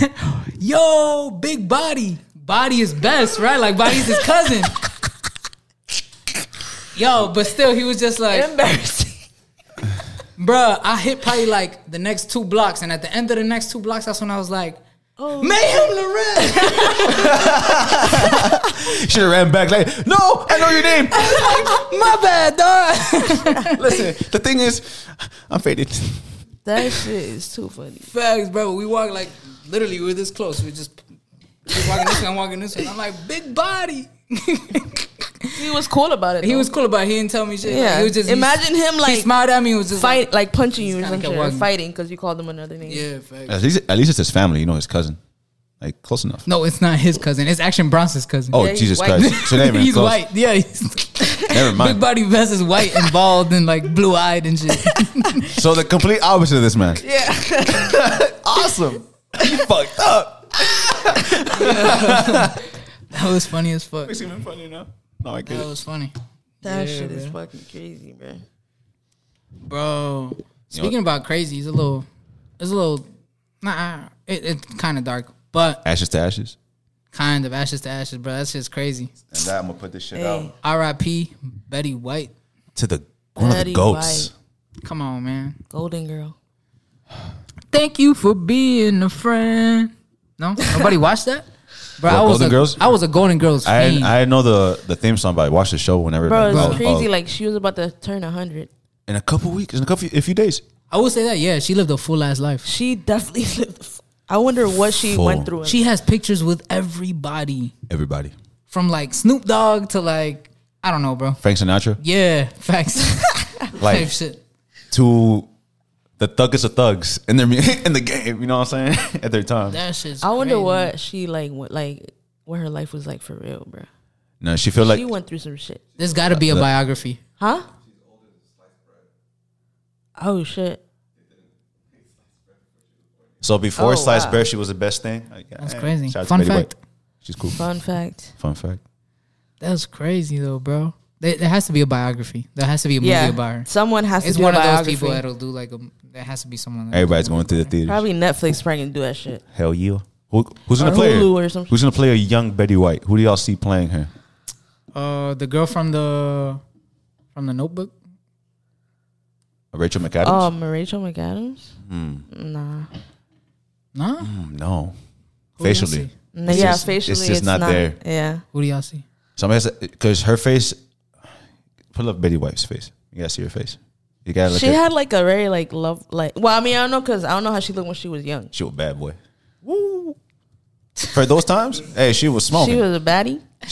S3: [LAUGHS] yo, big body. Body is best, right? Like, body's his cousin. yo, but still, he was just like, embarrassing. Bruh, I hit probably like the next two blocks, and at the end of the next two blocks, that's when I was like, oh. Mayhem Lorette.
S2: Should have ran back like, no, I know your name.
S3: My bad, dog.
S2: [LAUGHS] Listen, the thing is, I'm faded.
S1: That shit is too funny.
S3: [LAUGHS] Facts, bro. We walk like literally, we were this close. We just we walking this way, I'm walking this way. I'm like, big body. [LAUGHS]
S1: He was cool about it.
S3: He was cool about it. He didn't tell me shit. Like,
S1: Yeah.
S3: he was just he-
S1: Imagine him like
S3: he smiled at me. and Was just
S1: fight, like, punching you or
S3: kinda
S1: some
S3: kept
S1: shit, or
S3: walking.
S1: fighting because you called him another name.
S3: Yeah. Facts.
S2: At least, at least it's his family, you know, his cousin. Like, close enough.
S3: No, it's not his cousin. It's Action Bronson's cousin.
S2: Oh, Yeah, he's Jesus white. Christ. So not even
S3: he's
S2: close.
S3: white. Yeah, he's
S2: Never
S3: big
S2: mind.
S3: body vest is white and bald and like blue eyed and shit. [LAUGHS]
S2: So the complete opposite of this man. [LAUGHS] awesome. You fucked up.
S3: that was funny as fuck.
S2: It's even funny now. No, I get
S3: That
S2: it.
S3: was funny.
S1: That
S3: Yeah,
S1: shit is
S3: bro.
S1: fucking crazy, bro.
S3: Bro, speaking about crazy, it's a little, it's a little, nah, it, it's kind of dark, but
S2: Ashes to ashes.
S3: kind of ashes to ashes, bro. That's just crazy.
S2: And that I'm gonna put this shit
S3: Hey. R.I.P. Betty White.
S2: To the one of the
S1: Betty
S2: goats.
S3: Come on, man.
S1: Golden girl.
S3: Thank you for being a friend. No,
S1: [LAUGHS]
S3: nobody watched that. Bro,
S2: What,
S3: I was
S2: Golden
S3: a,
S2: Girls?
S3: I was a Golden Girls
S2: I
S3: fan.
S2: didn't, I didn't know the, the theme song, but I watched the show whenever.
S1: Bro,
S2: like,
S1: it's
S2: oh,
S1: crazy.
S2: oh,
S1: Like she was about to turn hundred.
S2: in a couple weeks, in a couple, a few days.
S3: I would say that. Yeah, she lived a full ass life.
S1: She definitely [LAUGHS] lived. I wonder what she went
S2: Full.
S1: through.
S3: She has pictures with everybody
S2: Everybody,
S3: from like Snoop Dogg to like I don't know, bro.
S2: Frank Sinatra,
S3: Yeah, [LAUGHS] facts.
S2: Like-
S3: Type shit.
S2: to the thuggest of thugs in their mu- [LAUGHS] in the game. You know what I'm saying? [LAUGHS] At their time.
S3: That shit's.
S1: I wonder
S3: crazy.
S1: what she like. What like what her life was like for real, bro.
S2: No, she feel like
S1: she went through some shit,
S3: There's got to be a
S2: Look.
S3: biography.
S1: huh? Oh shit!
S2: so. Before
S1: Oh,
S2: sliced
S1: wow.
S2: bread, she was the best thing. Like,
S3: That's
S2: eh,
S3: crazy.
S2: shout out to
S3: Fun
S2: Betty
S3: fact.
S2: White. She's cool.
S1: Fun fact.
S2: Fun fact.
S3: That's crazy though, bro. There, there has to be a biography. There has to be a movie
S1: Yeah,
S3: about her.
S1: someone has to
S3: It's
S1: do a
S3: one of those
S1: biography.
S3: people that'll do like a. There has to be someone. That
S2: Everybody's going through the theater.
S1: Probably Netflix probably can do that shit.
S2: Hell yeah. Who, who's gonna
S1: Or
S2: play? her?
S1: Hulu or some
S2: Who's gonna play a young Betty White? Who do y'all see playing her?
S3: uh, the girl from the, from the Notebook.
S2: Rachel McAdams.
S1: Um, Rachel McAdams.
S2: Hmm.
S1: Nah.
S3: Nah.
S2: Mm, no,
S3: Who do y'all
S2: facially.
S3: see?
S1: Nah,
S2: It's
S1: yeah,
S2: just-
S1: facially,
S2: it's just not, there.
S1: Yeah.
S3: Who do y'all see?
S2: Somebody because her face. Pull up Betty White's face. You gotta see her face. You gotta look.
S1: she
S2: at,
S1: had like a very like love like. Well, I mean, I don't know because I don't know how she looked when she was young.
S2: she was a bad boy. For those times, hey, she was smoking.
S1: She was a baddie.
S2: a baddie.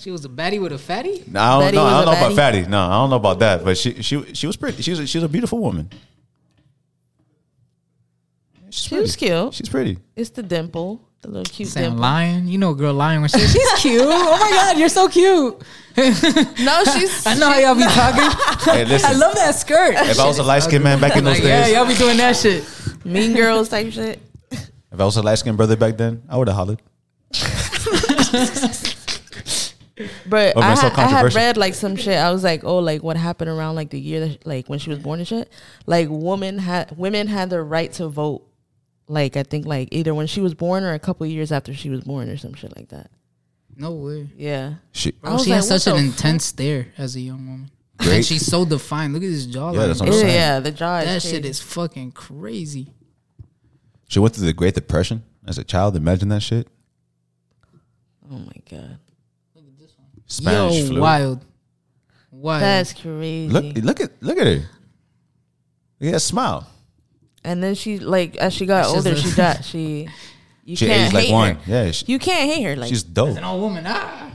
S3: She was a baddie with a fatty.
S2: No, I don't,
S1: Betty
S2: no, I don't
S1: was
S2: know
S1: a
S2: about fatty. No, I don't know about that. But she she she was pretty. She was a, she was a beautiful woman. She's
S1: She was cute.
S2: She's
S1: [LAUGHS]
S2: pretty.
S1: It's the dimple, the little cute
S3: Sam
S1: dimple.
S3: lying. You know, a girl lying when she, she's cute. Oh my god, you're so cute.
S1: No, she's.
S3: I know how y'all be talking.
S2: Hey,
S3: I
S2: listen.
S3: love that skirt.
S2: If I was a light skinned man back in those
S3: Like,
S2: days,
S3: yeah, y'all be doing that shit.
S1: mean girls type shit.
S2: If I was a light skinned brother back then, I would have hollered.
S1: But
S2: Oh,
S1: I,
S2: man, so
S1: ha- I had
S2: controversial.
S1: read like some shit. I was like, oh, like what happened around like the year that like when she was born and shit. Like woman had women had the right to vote. Like I think like either when she was born or a couple of years after she was born or some shit like that.
S3: No way.
S1: Yeah.
S2: She,
S1: I
S3: Bro,
S1: was
S3: she
S1: like,
S3: has
S1: what
S3: such an
S1: the
S3: intense stare as a young woman.
S2: Great.
S3: And she's so defined. Look at this jawline.
S2: Yeah, that's what I'm
S1: Yeah,
S2: saying.
S1: yeah, the jaw.
S3: that
S1: Is
S3: shit
S1: crazy.
S3: is fucking crazy.
S2: She went through the Great Depression as a child. Imagine that shit.
S1: Oh my god,
S2: Spanish
S3: Yo,
S2: flu.
S3: wild. Wild.
S1: that's crazy.
S2: Look, look at look at her. Look at that smile.
S1: and then she like as she got
S3: That's just
S1: older,
S3: [LAUGHS] a-
S1: she got she You
S2: She
S1: can't
S2: aged like
S1: hate
S2: wine.
S1: her.
S2: Yeah, she-
S1: you can't hate her. Like
S2: she's dope.
S3: As an old woman, ah.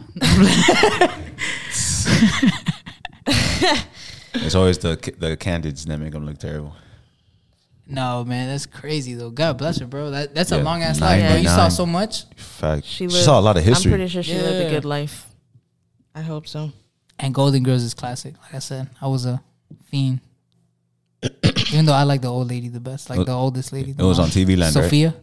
S2: It's always the the candidates that make them look terrible.
S3: No, man, that's crazy though. God bless her, bro. That, that's a
S2: Yeah,
S3: long ass life, bro. You saw
S2: 99.
S3: so much.
S2: Fact. She, saw a lot of history.
S1: I'm pretty sure she lived a
S3: Yeah.
S1: good life. I hope so.
S3: And Golden Girls is classic. Like I said, I was a fiend. [COUGHS] Even though I like the old lady the best, like the oldest lady.
S2: It
S3: the
S2: was on
S3: most.
S2: TV Land, right? Mm.
S3: Sophia.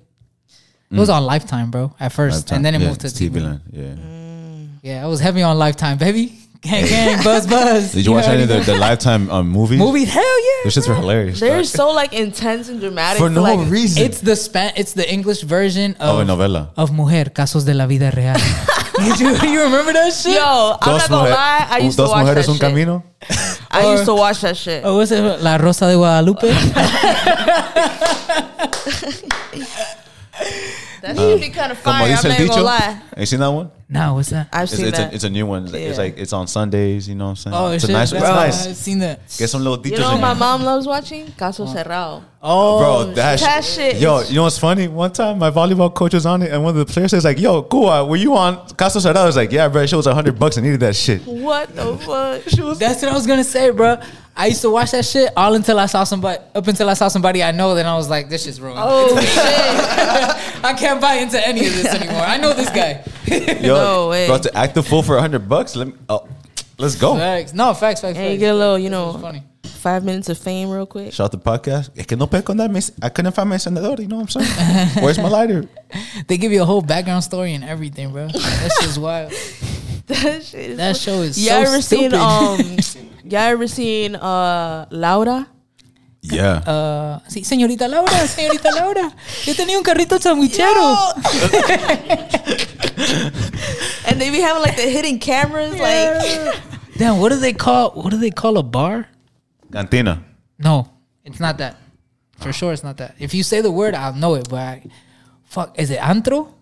S3: It was on Lifetime, bro. At first, and then it
S2: Yeah,
S3: moved to
S2: it's
S3: TV.
S2: TV Land. Yeah.
S1: Mm.
S3: Yeah, I was heavy on
S2: [LAUGHS]
S3: Lifetime, baby. Gang, gang, buzz, buzz.
S2: Did you watch any
S3: already
S2: of the,
S3: know.
S2: the Lifetime um, movies?
S3: movies? Hell yeah!
S2: Those shits were hilarious.
S1: They're so like intense and dramatic
S2: For no
S1: like, uh,
S2: reason.
S3: It's the span. It's the English version
S2: Oh, a
S3: of
S2: novella.
S3: of Mujer Casos de la Vida
S2: [LAUGHS]
S3: Real. [LAUGHS] Did you, you remember that shit?
S1: Yo, I'm
S2: Dos
S1: not gonna
S2: mujer-
S1: lie. I used to
S2: dos
S1: watch that
S2: mujeres un
S1: shit.
S2: camino.
S1: I used to
S3: Or-
S1: watch that shit.
S3: Oh, what's it? La Rosa de [LAUGHS] Guadalupe.
S1: That should be kind of fire. I'm
S2: dice
S1: not
S2: el
S1: even gonna
S2: dicho.
S1: lie.
S2: Ain't seen that one?
S3: no, what's that?
S1: I've
S2: It's,
S1: seen
S2: it's,
S1: that.
S2: a, it's a new one. It's like- It's
S1: Yeah.
S2: like it's on Sundays. You know what I'm saying?
S3: Oh,
S2: it's
S3: shit,
S2: a nice. It's
S3: that's-
S2: nice.
S3: I've seen that.
S2: Get some little
S1: you
S2: details.
S1: know what
S2: in
S1: my
S2: there.
S1: mom loves watching? Caso Cerrado.
S3: Oh,
S2: Bro, that,
S1: that
S2: sh-
S1: shit
S2: Yo,
S1: is-
S2: you know what's funny? One time, my volleyball coach was on it, and one of the players says like, "Yo, Kua, were you on Casa Cerrado?" I was like, "Yeah, bro. It was hundred bucks. I needed that shit."
S1: What [LAUGHS] the fuck?
S3: that's what I was gonna say, bro. I used to watch that shit all until I saw somebody. Up until I saw somebody I know, then I was like, "This shit's ruined.
S1: [LAUGHS] Oh shit!
S3: I can't buy into any of [LAUGHS] this anymore." I know this [LAUGHS] guy.
S2: Yo,
S1: No way.
S2: bro, to act the fool for hundred bucks. Let me. Oh, let's go.
S3: Facts. No facts. Facts.
S1: And you
S3: facts.
S1: get a little, you
S3: It's
S1: know,
S3: funny.
S1: five minutes of fame real quick.
S2: Shout out the podcast. Es que no pegué con that. mis- I couldn't find my encendedor. You know what I'm saying? Where's my lighter?
S3: They give you a whole background story and everything, bro. That's just wild.
S1: [LAUGHS] that shit is.
S3: That show is
S1: Y'all
S3: so
S1: ever
S3: stupid.
S1: seen um?
S3: [LAUGHS]
S1: Y'all ever seen uh Laura?
S2: Yeah.
S3: Uh, [LAUGHS] sí, señorita Laura, señorita Laura, yo tenía un carrito sandwichero.
S1: [LAUGHS] And they be having like the hidden cameras, like
S3: Damn, what do they call? What do they call a bar?
S2: Cantina.
S3: No, it's not that. For sure, it's not that. If you say the word, I'll know it. But I, fuck, is it antro?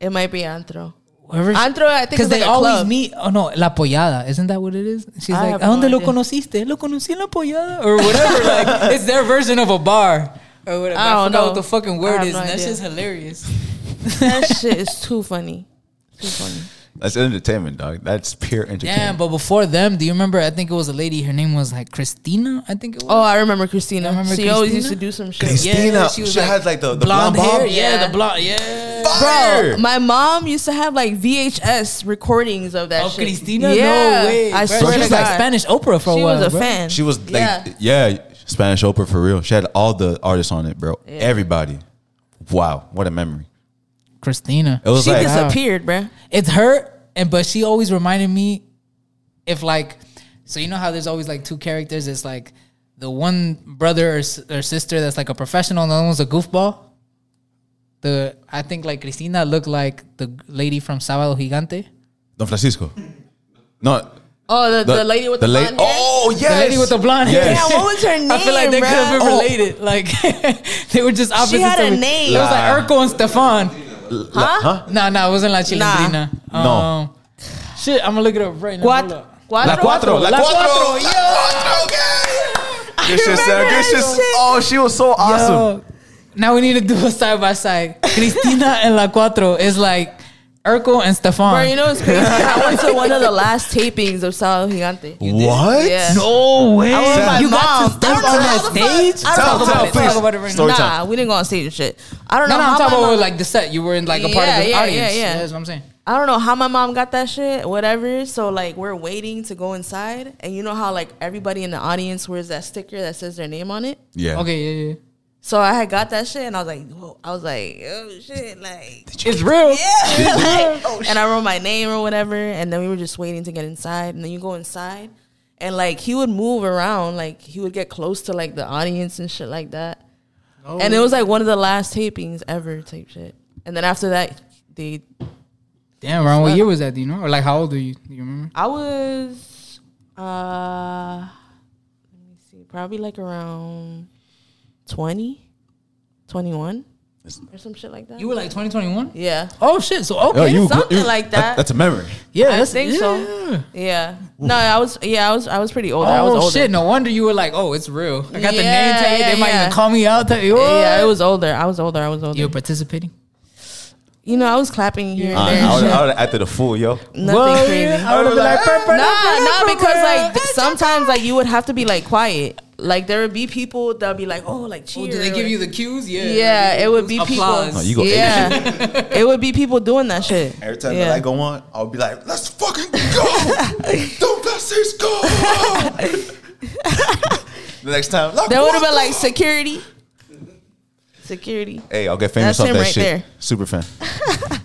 S1: it might be antro.
S3: Whoever.
S1: Antro, I think,
S3: Because
S1: is
S3: they
S1: like a
S3: always
S1: club. Ah,
S3: meet. Oh no, la pollada. Isn't that what it is? She's
S1: I
S3: like,
S1: have
S3: ¿a dónde
S1: no
S3: lo
S1: idea."
S3: conociste? Lo conocí en la pollada, or whatever.
S1: [LAUGHS]
S3: like, it's their version of a bar. Or whatever.
S1: I
S3: I,
S1: don't
S3: forgot
S1: know.
S3: what the fucking
S1: I
S3: word
S1: have
S3: is.
S1: Oh, no
S3: and that's
S1: idea.
S3: just hilarious.
S1: That shit is too funny. Too funny.
S2: That's entertainment, dog. That's pure entertainment.
S3: Damn, but before them, do you remember? I think it was a lady. Her name was like Christina. I think it was.
S1: Oh, I remember Christina.
S3: I remember
S1: she always
S3: Christina.
S1: used to do some shit.
S2: Christina. she had, like, the- the blonde bob.
S3: Yeah,
S1: Yeah.
S3: the blonde. Yeah.
S1: Bro, my mom used to have like VHS recordings of that
S3: Oh,
S1: shit.
S3: Christina?
S1: Yeah.
S3: No way.
S1: I
S3: bro.
S1: swear
S3: she
S1: to
S3: was
S1: God.
S3: like Spanish Oprah for
S1: She
S3: a while.
S1: was a
S3: bro.
S1: fan.
S2: She was like,
S1: Yeah.
S2: yeah. Spanish Oprah for real. She had all the artists on it, bro. Everybody. Wow, what a memory.
S3: Christina.
S2: It was
S1: She
S2: like ah.
S1: disappeared, bruh.
S3: It's her, and but she always reminded me if like, so you know how there's always like two characters. It's like the one brother or, s- or sister that's like a professional, and the other one's a goofball. The I think like Christina looked like the lady from Sábado Gigante.
S2: Don Francisco. No,
S1: Oh, the, the, lady with the,
S2: la-
S1: blonde hair.
S2: Oh, yes.
S3: The lady with the blonde hair.
S2: Yes.
S1: Yeah, what was her name?
S3: I feel like they could have
S2: Oh,
S3: been
S1: bruh?
S3: related. Like [LAUGHS] they were just opposite.
S1: had a name.
S3: It was like
S2: La-
S3: Urko and Stefan.
S2: Huh?
S3: No, no, it wasn't La Chilindrina.
S2: No.
S3: Um, [SIGHS] shit, I'm gonna look it up right now. Hold
S1: Cuatro.
S3: up.
S2: La Cuatro. La
S3: La
S2: Cuatro.
S3: Cuatro,
S2: La Cuatro, yeah. Good shit, Sam. Good shit. uh, Oh, she was so awesome.
S3: Yo, Oh, now we need to do a side by side. Cristina and La Cuatro is like Urko and Stefan.
S1: Bro, you
S3: [LAUGHS]
S1: know it's crazy. I went to one of the last tapings of Sal Gigante.
S2: What?
S1: Yeah.
S3: no way.
S1: I went with my
S3: you
S1: mom.
S3: got to step
S1: I
S3: on
S1: don't know
S3: that
S1: how the
S3: stage.
S1: fuck- I don't
S2: Tell,
S1: know
S2: tell,
S1: how the
S2: please.
S1: fuck-
S3: about it right now.
S2: Story
S1: nah,
S2: time.
S1: we didn't go on stage and shit. I don't
S3: No,
S1: know
S3: no,
S1: how
S3: I'm
S1: my
S3: talking
S1: mom,
S3: about like the set. You were in like a part of
S1: Yeah,
S3: the
S1: yeah,
S3: audience.
S1: yeah, yeah.
S3: That's what I'm saying.
S1: I don't know how my mom got that shit, whatever. So like we're waiting to go inside, and you know how like everybody in the audience wears that sticker that says their name on it.
S2: Yeah.
S3: Okay, yeah, yeah.
S1: So I had got that shit, and I was like, Whoa. I was like, oh shit, like
S3: It's real.
S1: yeah, like, and I wrote my name or whatever, and then we were just waiting to get inside, and then you go inside, and like he would move around, like he would get close to like the audience and shit like that, and it was like one of the last tapings ever type shit, and then after that they,
S3: Damn, around what year was that? Do you know? Or like how old are you? Do you remember?
S1: I was, uh, let me see, probably like around 20, 21 or some shit like that.
S3: You were like 2021?
S1: yeah,
S3: Oh shit. So
S2: Yo,
S3: okay.
S2: you,
S1: something
S2: you-
S1: like that.
S2: That's a memory.
S3: yeah,
S1: I
S3: that's-
S1: think so. Yeah. No, I was. Yeah, I was. I was pretty old. I was
S3: Oh
S1: older.
S3: shit! No wonder you were like, "Oh, it's real. I got the
S1: Yeah,
S3: name tag.
S1: yeah,
S3: they might
S1: yeah.
S3: even call me out. Tag.
S1: Yeah,
S3: What?
S1: I was older. I was older. I was older.
S3: You're participating.
S1: You know, I was clapping here and
S2: I,
S1: there. and
S2: would,
S1: shit.
S2: I would have acted a fool, yo.
S1: Nothing crazy. nah, nah, because like th- sometimes like you would have to be like quiet. Like there would be people that'd be like, oh, like cheer.
S3: do they give you the cues? Yeah.
S1: Yeah, it would be
S3: Applause.
S1: people.
S2: No, you go
S1: yeah, [LAUGHS] it would be people doing that shit.
S2: Every time "Oh,
S1: yeah.
S2: that I go on, I'll be like, let's fucking
S3: [LAUGHS]
S2: go. Don't let this go. the next time, "Look,
S1: That would have
S2: what
S1: been like security. Security.
S2: Hey, I'll get famous
S1: That's
S2: off
S1: him
S2: that
S1: right
S2: shit.
S1: there.
S2: Super fan. [LAUGHS]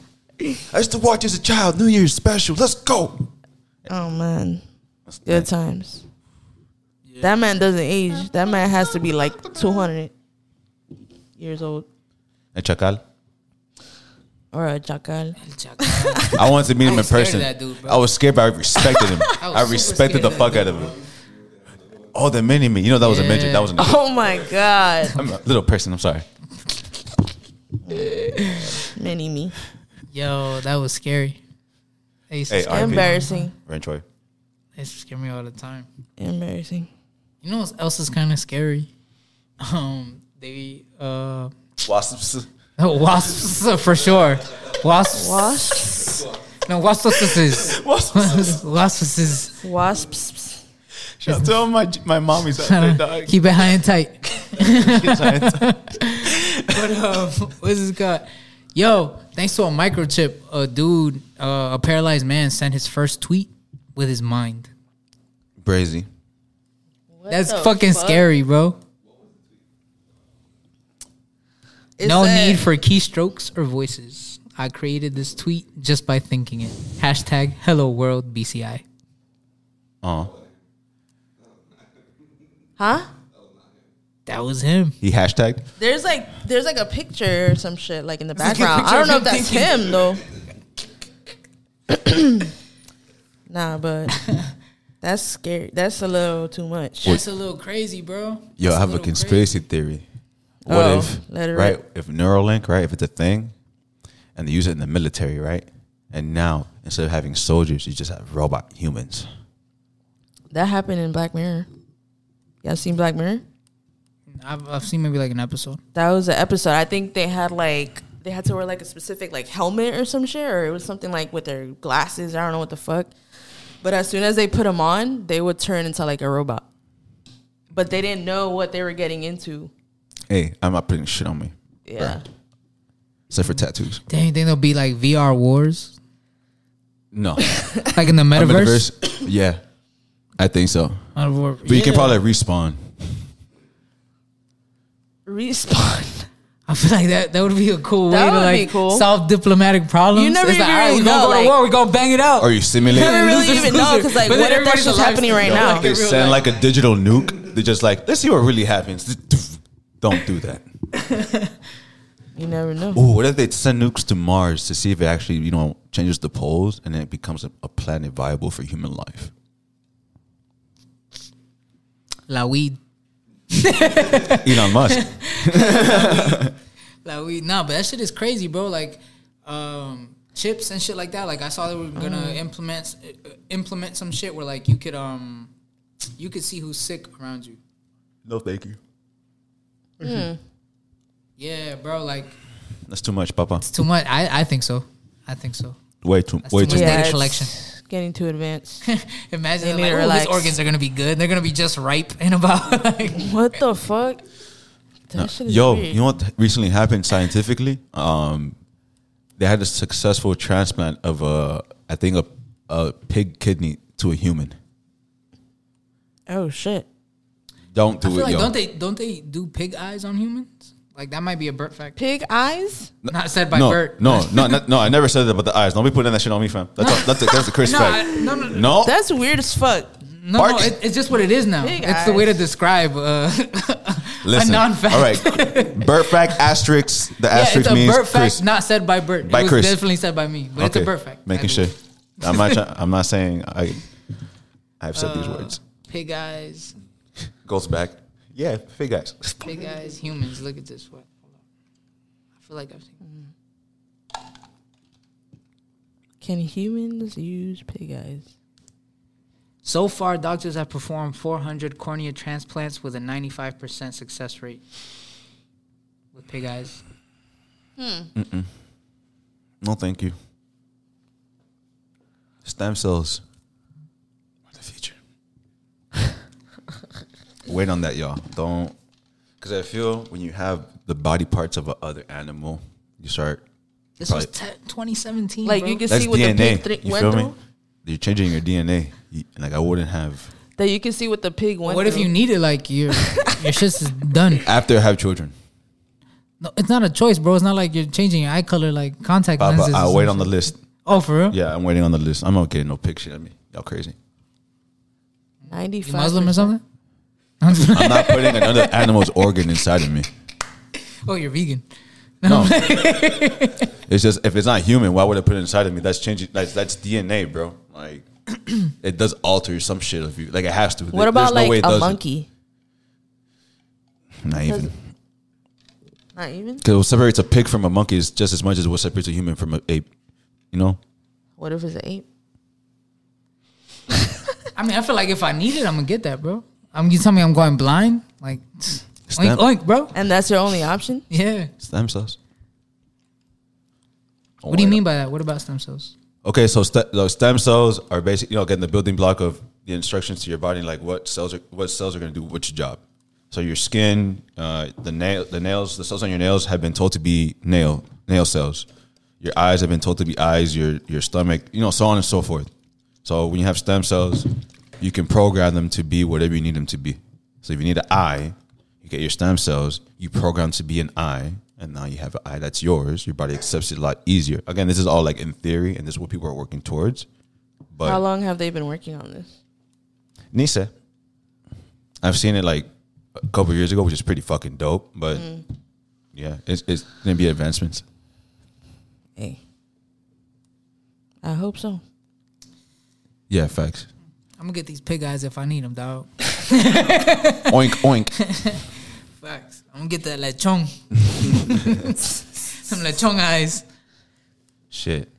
S2: I used to watch as a child, New Year's special. Let's go.
S1: Oh man, good times. That man doesn't age. That man has to be like two hundred years old
S2: And Chacal.
S1: or a jackal.
S2: I wanted to meet him in
S3: scared of
S2: person.
S3: that dude, bro.
S2: I was scared, but I respected him.
S3: [LAUGHS] I
S2: I,
S3: was super
S2: respected
S3: scared
S2: the
S3: of that
S2: fuck out of him. Oh, the mini me. You know that was a midget. That was an
S1: [LAUGHS] Oh my god,
S2: I'm a little person. I'm sorry.
S1: mini me.
S3: Yo, that was scary. They used to
S2: Hey,
S3: scare
S2: RIP.
S1: Embarrassing.
S2: Ren Troy.
S3: They used to scare me all the time.
S1: Embarrassing.
S3: You know what else is kind of scary? [LAUGHS] Um, they uh,
S2: Wasps.
S3: [LAUGHS] wasps for sure. Wasps.
S1: Wasps.
S3: No, wasps.
S2: [LAUGHS] Wasps. [LAUGHS]
S3: [LAUGHS] wasps.
S1: Wasps.
S2: Shout out to all my my mommies out there,
S3: [LAUGHS]
S2: dog.
S3: Keep it high and tight. [LAUGHS]
S2: Giant.
S3: but um, what's this called? Yo, thanks to a microchip, a dude, uh, a paralyzed man, sent his first tweet with his mind.
S2: [LAUGHS] Brazy.
S3: That's
S1: the
S3: fucking
S1: fuck?
S3: scary, bro.
S1: It
S3: no
S1: said-
S3: need for keystrokes or voices. I created this tweet just by thinking it. Hashtag Hello World BCI.
S2: Oh,
S1: Huh?
S3: That was him.
S2: he hashtagged.
S1: There's like there's like a picture or some shit like in the
S3: like a
S1: background. I
S3: picture
S1: don't know
S3: of
S1: if
S3: him
S1: that's
S3: thinking.
S1: him though.
S3: [COUGHS]
S1: nah, but
S3: [LAUGHS]
S1: that's scary. That's a little too much.
S3: That's a little crazy, bro.
S2: Yo, I
S3: That's
S2: have a
S3: little
S2: conspiracy theory. What
S1: Oh,
S2: if
S1: let it
S2: right?
S1: rip.
S2: If Neuralink, right? If it's a thing, and they use it in the military, right? And now instead of having soldiers, you just have robot humans.
S1: That happened in Black Mirror. Y'all seen Black Mirror?
S3: crazy. I've, I've seen maybe like an episode.
S1: That was an episode. I think they had like they had to wear like a specific like helmet or some shit, or it was something like with their glasses. I don't know what the fuck. But as soon as they put them on, they would turn into like a robot. But they didn't know what they were getting into.
S2: Hey, I'm not putting shit on me.
S1: Yeah.
S2: bruh. Except for tattoos.
S3: Dang, think there'll be like VR wars,
S1: [LAUGHS]
S2: No.
S3: like in the
S2: [LAUGHS] A
S3: metaverse.
S2: metaverse? Yeah. I think so.
S3: Out of war-
S2: But you can
S3: Yeah.
S2: probably respawn.
S1: Respawn.
S3: I feel like that that would be a cool way
S1: That
S3: to
S1: would be
S3: like
S1: cool.
S3: solve diplomatic problems.
S1: You never
S3: It's like,
S1: even
S3: alright,
S1: really
S3: we gonna
S1: know,
S3: go to
S1: like-
S3: war, we gonna bang it out.
S2: Or you
S1: [LAUGHS]
S2: simulate
S1: never
S2: it.
S1: really
S3: Losers,
S1: even know
S3: losers.
S1: because like
S3: But then
S1: what if that
S3: everybody's
S1: shit's
S3: alive
S1: happening
S3: still.
S1: right
S3: Yo,
S1: now?
S3: like
S2: They
S3: in real
S2: send
S3: life.
S2: like a digital nuke. They're just like, let's see what really happens. [LAUGHS] Don't do that.
S1: you never know.
S2: Ooh, what if they send nukes to Mars to see if it actually, you know, changes the poles and then it becomes a, a planet viable for human life?
S3: La weed.
S2: Elon Musk.
S3: Like we nah, but that shit is crazy, bro. Like um chips and shit like that. Like I saw they were
S1: Mm.
S3: gonna implement uh, implement some shit where like you could um you could see who's sick around you.
S2: [LAUGHS] no, thank you.
S3: Yeah, bro. Like
S2: That's too much, Papa.
S3: it's too much. I I think so. I think so. [LAUGHS]
S2: Way too,
S3: That's
S2: way
S3: too
S2: too
S3: much.
S2: much.
S3: data
S1: it's
S3: collection.
S1: Getting too advanced.
S3: Imagine
S1: need
S3: like,
S1: to
S3: oh,
S1: relax.
S3: his organs are gonna be good. They're gonna be just ripe in about [LAUGHS] like
S1: what the fuck? That shit is
S2: Yo,
S1: weird.
S2: you know what recently happened scientifically? Um, they had a successful transplant of a, I think a, a pig kidney to a human.
S1: oh shit.
S2: Don't do
S3: I feel
S2: it,
S3: like
S2: yo.
S3: don't they don't they do pig eyes on humans? Like that might be a Bert fact.
S1: Pig eyes?
S3: Not said by
S2: no,
S3: Bert.
S2: no,
S3: [LAUGHS]
S2: no, no, no, I never said that about the eyes. Don't be putting that shit on me, fam. That's a, that's a, that's a Chris
S3: No, I-
S2: fact.
S3: no, no, no,
S2: No,
S1: That's weird as fuck.
S3: no,
S2: Bark.
S3: it- it's just what it is now.
S1: Pig
S3: it's the way to
S1: eyes.
S3: describe uh, [LAUGHS]
S2: listen.
S3: a non-fact.
S2: All right,
S3: [LAUGHS]
S2: Bert fact asterisk. The
S3: Yeah,
S2: asterisk
S3: it's a
S2: means
S3: Bert fact,
S2: Chris.
S3: not said by Bert.
S2: By
S3: it was
S2: Chris.
S3: definitely said by me, but it's a Bert fact. I
S2: Making sure.
S3: believe.
S2: I'm not. Try- I'm not saying I. I've said
S3: Uh,
S2: these words.
S3: Pig eyes,
S2: Goes back. Yeah, fake guys.
S3: pig eyes, humans. Look at this. What? Hold on. I feel like I've seen.
S1: Can humans use pig eyes?
S3: So far, doctors have performed 400 cornea transplants with a 95% success rate with pig eyes.
S2: No, thank you. Stem cells are the future. [LAUGHS] Wait on that, y'all. Don't, because I feel when you have the body parts of a other animal, you start.
S3: This
S2: probably-
S3: was te- 2017.
S1: Like,
S3: bro.
S1: you can
S2: that's
S1: see what the
S2: DNA.
S1: pig thri-
S2: you
S1: went
S2: feel me?
S1: through?
S2: You're changing your DNA. You- like I wouldn't have
S1: That you can see what the pig went.
S3: What if
S1: through.
S3: you need it? Like your your shit's is done.
S2: after I have children.
S3: No, it's not a choice, bro. It's not like you're changing your eye color, like contact
S2: Papa,
S3: lenses.
S2: I
S3: or
S2: wait
S3: some
S2: on the
S3: shit.
S2: list.
S3: Oh, for real?
S2: Yeah, I'm waiting on the list. I'm not getting no picture of me. Y'all crazy.
S1: Ninety-five.
S3: You Muslim or something?
S2: I'm not putting another animal's organ inside of me.
S3: Oh, you're vegan.
S2: No. it's just if it's not human, why would I put it inside of me? That's changing. That's that's DNA, bro. Like [CLEARS THROAT] it does alter some shit of you. Like it has to.
S1: What
S2: There-
S1: about
S2: there's no way
S1: like
S2: it
S1: a
S2: doesn't.
S1: monkey?
S2: Not even.
S1: Not even.
S2: Because what separates a pig from a monkey is just as much as what separates a human from an ape. You know.
S1: What if it's an ape?
S3: I mean, I feel like if I need it, I'm gonna get that, bro. I'm you tell me I'm going blind, like oink,
S2: Stamp.
S3: oink, bro.
S1: And that's your only option.
S3: Yeah.
S2: Stem cells.
S3: What do you mean by that? What about stem cells?
S2: Okay, so st- those stem cells are basically, you know, getting the building block of the instructions to your body, like what cells are what cells are going to do which job. So your skin, uh, the nail, the nails, the cells on your nails have been told to be nail nail cells. Your eyes have been told to be eyes. Your your stomach, you know, so on and so forth. So when you have stem cells, you can program them to be whatever you need them to be. So if you need an eye, you get your stem cells, you program to be an eye, and now you have an eye that's yours. Your body accepts it a lot easier. Again, this is all like in theory, and this is what people are working towards. But
S1: How long have they been working on this?
S2: Nisa, I've seen it like a couple years ago, which is pretty fucking dope. But yeah, it's it's gonna be advancements.
S1: Hey, I hope so.
S2: Yeah, facts.
S3: I'm gonna get these pig eyes if I need them, dog.
S2: oink oink.
S3: Facts. I'm gonna get that lechon. Some lechon eyes.
S2: Shit.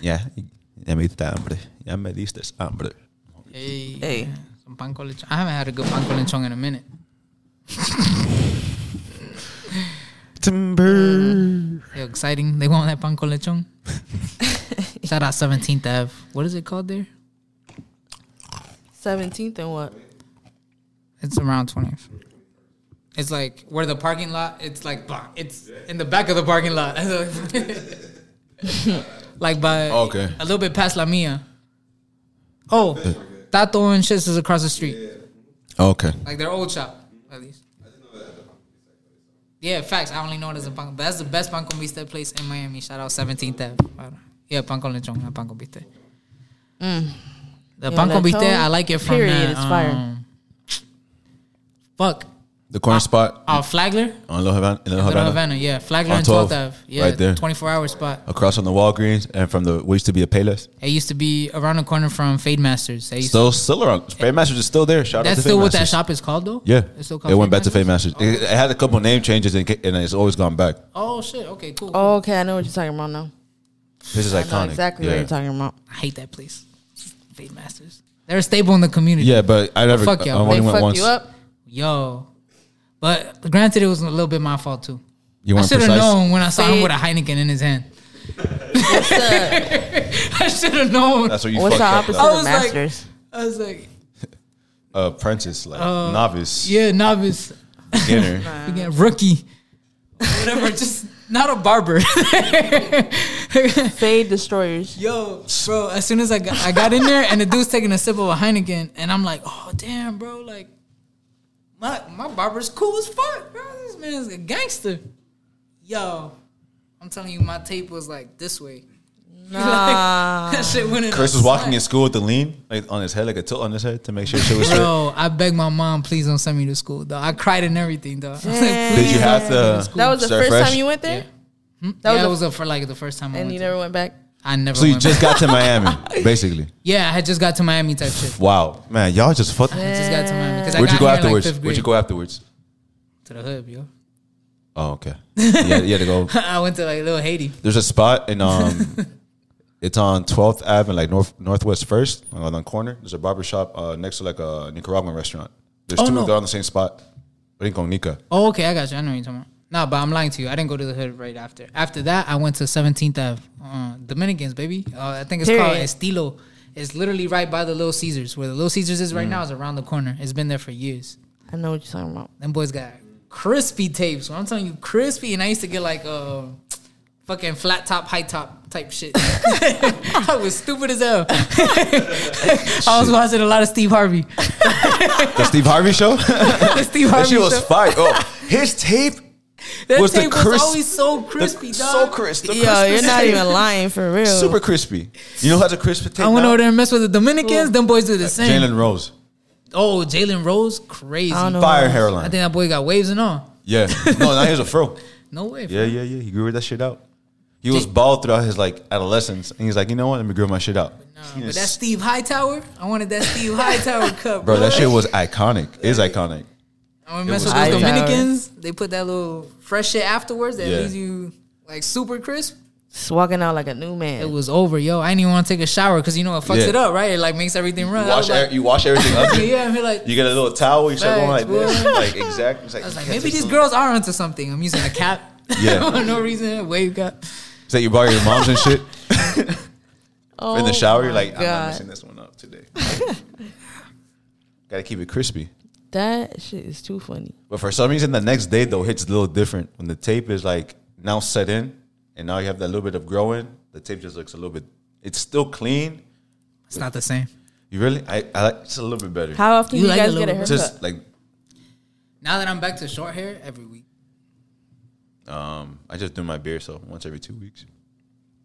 S2: Yeah, ya me diste hambre. Ya me diste hambre.
S3: Hey.
S1: Hey.
S3: Some pan con lechon. I haven't had a good pan con lechon in a minute.
S2: Timber.
S3: They're exciting. They want that pan con lechon. Shout out 17th Ave. What is it called there?
S1: Seventeenth and what?
S3: It's around 20th. It's like where the parking lot. It's like block. It's in the back of the parking lot. [LAUGHS] like by
S2: Okay.
S3: a little bit past La Mia. Oh, Tato and shits is across the street.
S2: Okay.
S3: Like their old shop, at least. Yeah, facts. I only know it as a pan, but that's the best pan con bistec place in Miami. Shout out 17th Ave. Yeah, pan con lechon, not pan con bistec. The
S1: Mm. Yeah,
S3: pan con
S1: lechon,
S3: bistec, I like it from
S1: period,
S3: that,
S1: it's fire.
S3: um, Fuck,
S2: The corner spot
S3: uh, Flagler,
S2: on Little Havana, in Little
S3: Little
S2: Havana,
S3: Havana, yeah, Flagler
S2: On
S3: and 12th
S2: 12th,
S3: Ave, yeah,
S2: right there.
S3: 24 hour spot.
S2: across from the Walgreens, and from the what used to be a Payless.
S3: It used to be around the corner from Fade Masters. It used
S2: Still,
S3: to-
S2: still around. Paymasters is still there. Shout out
S3: that's
S2: to
S3: still what that
S2: Paymasters.
S3: shop is called, though.
S2: Yeah,
S3: it's still called.
S2: it went back to
S3: Fade
S2: Fame
S3: Masters?
S2: Masters. It, it had a couple name changes and, ca- and it's always gone back.
S3: Oh shit! Okay, cool.
S1: Oh, okay, I know what you're talking about now.
S2: This is
S1: I
S2: iconic.
S1: know exactly
S2: yeah.
S1: what you're talking about.
S3: I hate that place. Fade Masters. They're a staple in the community.
S2: Yeah, but I never.
S3: Fuck
S2: I
S3: y'all.
S2: only
S3: They
S1: They
S2: went
S1: fuck
S2: once.
S1: you up.
S3: Yo. But granted, it was a little bit my fault too.
S2: You
S3: I
S2: weren't
S3: should have
S2: precise.
S3: known when I saw him
S1: Fade-
S3: with a Heineken in his hand. [LAUGHS]
S1: What's
S3: I should have known.
S2: That's what you
S1: the, what's the
S2: fucked
S1: opposite
S2: up.
S3: I
S1: of
S3: was like-
S1: masters?
S3: I was like,
S2: Uh, apprentice, like novice,
S3: Oh. [LAUGHS] yeah, novice,
S2: beginner.
S3: again, rookie, whatever. Just not a barber.
S1: Fade destroyers.
S3: Yo, bro, as soon as I got, I got in there and the dude's taking a sip of a Heineken, and I'm like, oh, damn, bro, like, my, my barber's cool as fuck, bro. This man's a gangster. Yo, I'm telling you, my tape was like this way. [LAUGHS] Nah. that shit went in.
S2: Chris
S3: a
S2: was walking in
S3: slant.
S2: school with the lean, like on his head, like a tilt on his head to make sure shit was straight.
S3: Bro, I begged my mom, please don't send me to school, though. I cried and everything, though. [LAUGHS] I was like,
S2: Did you have to?
S1: That was the
S2: start
S1: first
S2: fresh?
S1: time you went there,
S3: that
S1: That
S3: yeah,
S1: was
S3: was,
S1: a-
S3: was a, for like the first time I
S1: and
S3: went.
S1: you
S3: to-
S1: never went back.
S3: I never.
S2: So you
S3: went
S2: just got
S3: back.
S2: to Miami, basically.
S3: yeah, I had just got to Miami type shit.
S2: Wow, man, y'all just fuck.
S3: I just got to Miami because I
S2: Where'd
S3: got
S2: you go
S3: here in,
S2: afterwards?
S3: Like fifth
S2: Where'd you
S3: grade.
S2: go afterwards?
S3: to the hood, yo?
S2: Oh, okay. Yeah, you had to
S3: [LAUGHS]
S2: go.
S3: I went to like little Haiti.
S2: There's a spot in
S3: [LAUGHS]
S2: um, it's on 12th Avenue, like north northwest first on the corner. There's a barber shop uh, next to like a Nicaraguan restaurant. There's
S3: Oh,
S2: two
S3: no.
S2: of them on the same spot. Rincon Nica.
S3: Oh, okay, I got you. I know what you're talking about. No, but I'm lying to you. I didn't go to the hood right after. After that, I went to 17th Ave, uh, Dominicans, baby. Uh, I think it's called
S1: Period.
S3: Estilo. It's literally right by the Little Caesars. Where the Little Caesars is right
S1: Mm.
S3: now is around the corner. It's been there for years.
S12: I know what you're talking about.
S3: Them boys got crispy tapes. When I'm telling you crispy, and I used to get like uh, fucking flat top, high top type shit. [LAUGHS] I was stupid as hell. [LAUGHS] I was watching a lot of Steve Harvey. [LAUGHS]
S2: The Steve Harvey show. the
S3: Steve
S2: That
S3: Harvey
S2: shit was
S3: show.
S2: fire. Oh, his tape
S3: That
S2: was
S3: tape
S2: the
S3: was
S2: crisp,
S3: always so crispy,
S2: the,
S3: dog.
S2: So crisp. the
S3: Yo, you're
S2: crispest
S3: not
S2: tape.
S3: even lying, for real.
S2: Super crispy. You know how to crisp a tape?
S3: I went
S2: now?
S3: over there and messed with the Dominicans. Them boys do the same.
S2: Jalen Rose.
S3: Oh, Jalen Rose, crazy.
S2: I don't know Fire who else. hairline.
S3: I think that boy got waves and all.
S2: Yeah. No, now he has a fro.
S3: No way.
S2: Yeah, yeah, yeah. He grew that shit out. He was bald throughout his like adolescence, and he's like, you know what? Let me grow my shit out. He
S3: But
S2: just-
S3: that Steve Hightower, I wanted that [LAUGHS] Steve Hightower cup,
S2: bro, that shit was iconic. Is iconic.
S3: I
S2: it was
S3: mess with those
S2: crazy.
S3: Dominicans. They put that little fresh shit afterwards that
S2: Yeah.
S3: leaves you like super crisp.
S12: Just walking out like a new man.
S3: It was over, yo. I didn't even want to take a shower because you know it fucks
S2: Yeah.
S3: it up, right? It like makes everything run.
S2: You
S3: I
S2: wash,
S3: was like,
S2: e- you wash everything up.
S3: yeah, I'm here like. [LAUGHS]
S2: You get a little towel. You start going like this,
S3: Facts,
S2: like exact. It's like,
S3: I was like,
S2: you can't take
S3: maybe these
S2: some-
S3: girls are onto something. I'm using a cap. [LAUGHS]
S2: Yeah.
S3: For no reason. Wave cap.
S2: Is that you borrow your mom's and
S3: [LAUGHS]
S2: shit? In
S3: Oh
S1: Oh,
S2: the shower, you're
S1: my
S2: like, I'm not
S1: God.
S2: messing this one up today. [LAUGHS] Gotta keep it crispy.
S1: That shit is too funny.
S2: But for some reason, the next day though hits a little different when the tape is like now set in, and now you have that little bit of growing. The tape just looks a little bit. It's still clean.
S3: It's not the same.
S2: You really? I, I like it's a little bit better.
S1: How often You do you like guys it a get a little bit?
S2: Just like
S3: Now that I'm back to short hair, every week.
S2: um, I just do my beard so once every two weeks.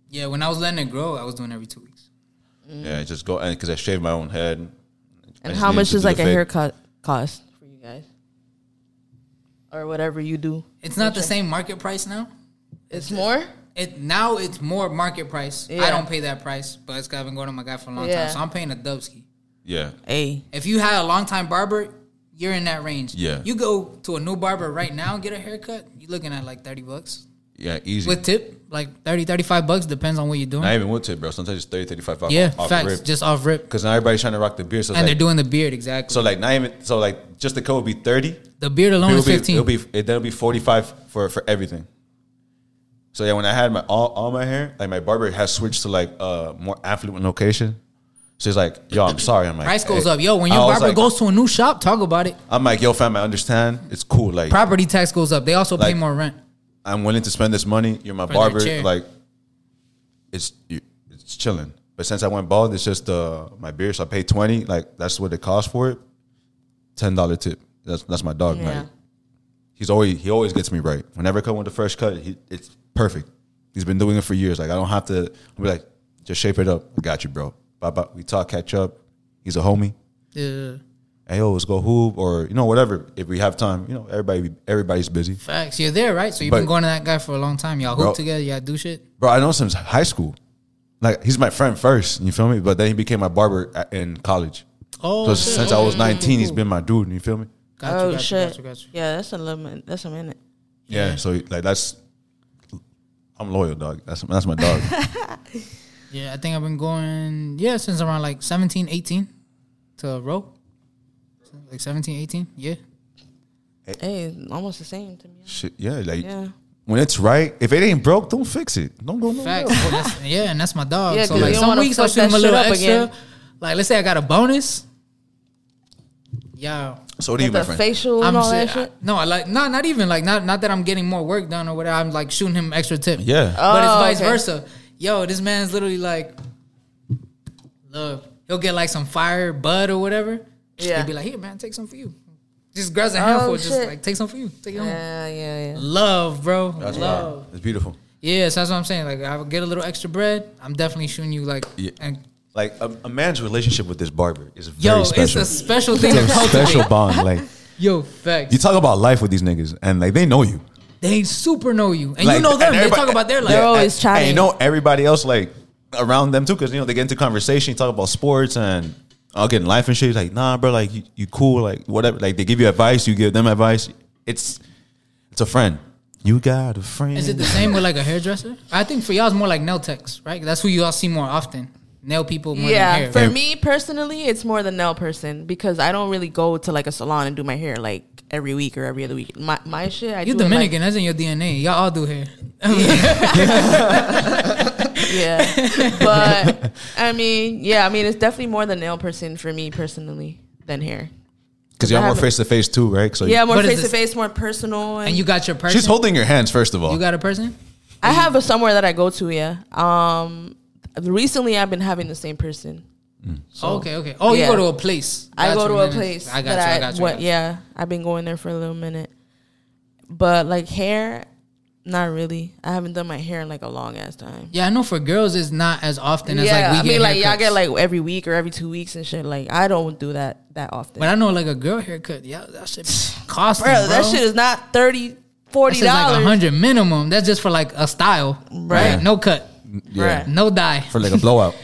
S3: Yeah, when I was letting it grow, I was doing every two weeks.
S2: Yeah, I just go and because I shave my own head. I
S1: Mm. And
S2: just
S1: how
S2: need
S1: much
S2: to
S1: does
S2: do
S1: like
S2: the
S1: a
S2: fade.
S1: haircut cost for you guys, or whatever you do?
S3: It's not the same market price now.
S1: It's more.
S3: It now it's more market price. I
S1: Yeah.
S3: don't pay that price, but it's 'cause I've been going to my guy for a long
S1: Yeah.
S3: time, so I'm paying a dubski.
S2: Yeah.
S1: Hey.
S3: If you had a long time barber, you're in that range.
S2: Yeah.
S3: You go to a new barber right now and get a haircut, you're looking at like thirty bucks
S2: Yeah, easy.
S3: with tip, like 30, 35 bucks depends on what you're doing.
S2: Not even with tip, bro. Sometimes it's 30, 35 off,
S3: Yeah,
S2: off
S3: facts,
S2: rip.
S3: just off rip.
S2: Because now everybody's trying to rock the beard. So it's
S3: and
S2: like-
S3: they're doing the beard exactly.
S2: So like not even so like just the code would be thirty.
S3: The beard alone
S2: It'll
S3: is
S2: be-
S3: 15.
S2: It'll be it, that'll be forty five for for everything. So yeah, when I had my all, all my hair, like my barber has switched to like uh more affluent location. She's like, yo, I'm sorry. I'm like,
S3: price goes
S2: hey.
S3: up. Yo, when your
S2: I was
S3: barber
S2: like-
S3: goes to a new shop, talk about it.
S2: I'm like, yo, fam, I understand. It's cool. Like,
S3: Property tax goes up. They also pay
S2: Like-
S3: more rent.
S2: I'm willing to spend this money. You're my
S3: For their
S2: barber.
S3: chair.
S2: Like, it's you- it's chilling. But since I went bald, it's just uh my beard. So I paid twenty. Like that's what it cost for it. Ten dollar tip. That's that's my dog.
S1: Yeah.
S2: Like, he's always he always gets me right. Whenever I come with the fresh cut, he, it's perfect. He's been doing it for years. Like I don't have to. I'll be like, just shape it up. I got you, bro. Bye bye. We talk, catch up. He's a homie.
S3: Yeah.
S2: Hey, yo, let's go hoop or you know whatever. If we have time, you know everybody everybody's busy.
S3: Facts. You're there, right? So you've been
S2: But-
S3: going to that guy for a long time. Y'all
S2: Bro.
S3: hoop together. Y'all do shit.
S2: bro. I know him since high school. Like he's my friend first, you feel me? But then he became my barber at- in college.
S3: Oh,
S2: so
S3: shit.
S2: since I was nineteen, he's been my dude. You feel me?
S3: Got
S12: oh
S3: you, got you,
S12: shit!
S3: got you, got you.
S12: Yeah, that's a little minute. That's a minute.
S2: Yeah. So like that's, I'm loyal, dog. That's that's my
S3: [LAUGHS]
S2: dog.
S3: Yeah, I think I've been going, yeah, since around like 17, 18 to a row. Like 17, 18. Yeah.
S12: Hey, almost the same to me.
S2: Shit, yeah. Like
S12: Yeah.
S2: when it's right, if it ain't broke, don't fix it. Don't go no.
S3: Facts. Oh, That's- yeah, and that's my dog.
S12: Yeah,
S3: so
S12: 'cause
S3: like
S12: you don't
S3: some
S12: wanna
S3: weeks I'll
S12: fuck
S3: shoot him
S12: that
S3: a little
S12: shit up
S3: extra.
S12: again.
S3: Like let's say I got a bonus. Yeah.
S2: So do you, my friend?
S12: facial and all that
S3: saying-
S12: shit?
S3: I- no, I like no, not even like not not that I'm getting more work done or whatever. I'm like shooting him extra tip.
S2: Yeah.
S3: but it's
S12: Oh,
S3: vice
S12: okay.
S3: versa. Yo, this man's literally like, look, he'll get like some fire bud or whatever.
S12: Yeah. Oh,
S3: he'll be like, here, man, take some for you. Just grabs a handful, just
S12: shit.
S3: like take some for you, take it home.
S12: Yeah, yeah, yeah.
S3: Love, bro,
S2: That's
S3: love.
S2: right. It's beautiful.
S3: Yeah, so that's what I'm saying. Like, I would get a little extra bread. I'm definitely shooting you like,
S2: Yeah.
S3: and
S2: Like a, a man's relationship with this barber is very
S3: yo, it's
S2: special.
S3: a special thing to
S2: It's a
S3: cultivate.
S2: special bond. Like
S3: Yo, facts.
S2: you talk about life with these niggas, and like they know you.
S3: they super know you, and you
S2: Like,
S3: know them. They
S2: everybody-
S3: talk about their life.
S12: They're always
S2: and-
S12: chatting.
S2: And you know everybody else like around them too, because you know they get into conversation, talk about sports and all getting life and shit. It's Like, nah, bro, like you, you cool, like whatever. Like they give you advice, you give them advice. It's it's a friend. You got a friend.
S3: Is it the same with like a hairdresser? I think for y'all it's more like nail techs, right? That's who you all see more often. nail people more
S1: yeah,
S3: than hair.
S1: for me personally, it's more the nail person because I don't really go to like a salon and do my hair like every week or every other week. My my shit, I
S3: you
S1: do it,
S3: Dominican, that's in your DNA. Y'all all do
S1: [LAUGHS]
S3: hair.
S1: like,
S12: [LAUGHS]
S1: yeah. But I mean, yeah, I mean, it's definitely more the nail person for me personally than hair.
S2: Because y'all
S1: I
S2: more
S1: haven't-
S2: face to face too, right? So
S1: yeah, more
S3: But is
S1: face to
S3: this-
S1: face, more personal, and,
S3: and you got your person.
S2: she's holding your hands first of all.
S3: You got a person.
S1: I have a somewhere that I go to. Yeah. Um. Recently, I've been having the same person.
S3: Oh, okay, okay. Oh,
S1: yeah.
S3: you go to a place.
S1: I
S3: Got
S1: go
S3: you,
S1: to a
S3: man.
S1: place.
S3: I got
S1: that
S3: you.
S1: I,
S3: I got you. I
S1: what-
S3: got you.
S1: yeah, I've been going there for a little minute. But like hair, not really. I haven't done my hair in like a long ass time.
S3: Yeah, I know for girls it's not as often as
S1: yeah,
S3: like we
S1: I
S3: get
S1: mean, like y'all
S3: haircuts.
S1: get like every week or every two weeks and shit. Like I don't do that that often.
S3: But I know like a girl haircut, yeah, that shit
S1: [SIGHS]
S3: costs.
S1: bro, that shit is not 30 forty
S3: like a
S1: dollars.
S3: hundred minimum. That's just for like a style, right?
S2: Yeah.
S3: No cut,
S2: yeah.
S3: no dye.
S2: For like a blowout.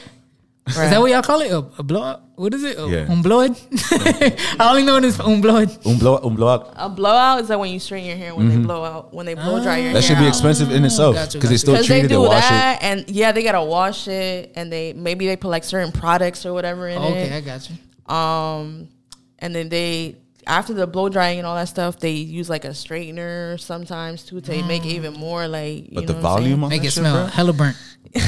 S3: Is that what y'all call it? A, a blowout? What is it? A,
S2: Yeah.
S3: Un blowout? [LAUGHS] I only know it is un blowout.
S2: Un blowout. Un blowout.
S1: A blowout is that when you straighten your hair when
S3: Mm-hmm.
S1: they blow out when they blow dry your
S2: That
S1: hair.
S2: should be expensive in itself because
S3: Gotcha,
S2: they
S3: gotcha.
S2: still treat
S1: they
S2: it, they
S1: do
S2: wash
S1: that, and yeah, they gotta wash it, and they maybe they put like certain products or whatever in it.
S3: Oh, Okay, I got you.
S1: Um, and then they after the blow drying and all that stuff, they use like a straightener sometimes too to make it even more like. You
S2: But the
S1: know what I'm saying?
S2: volume on
S3: Make
S2: that
S3: it
S2: shit,
S3: smell hella burnt.
S2: bro?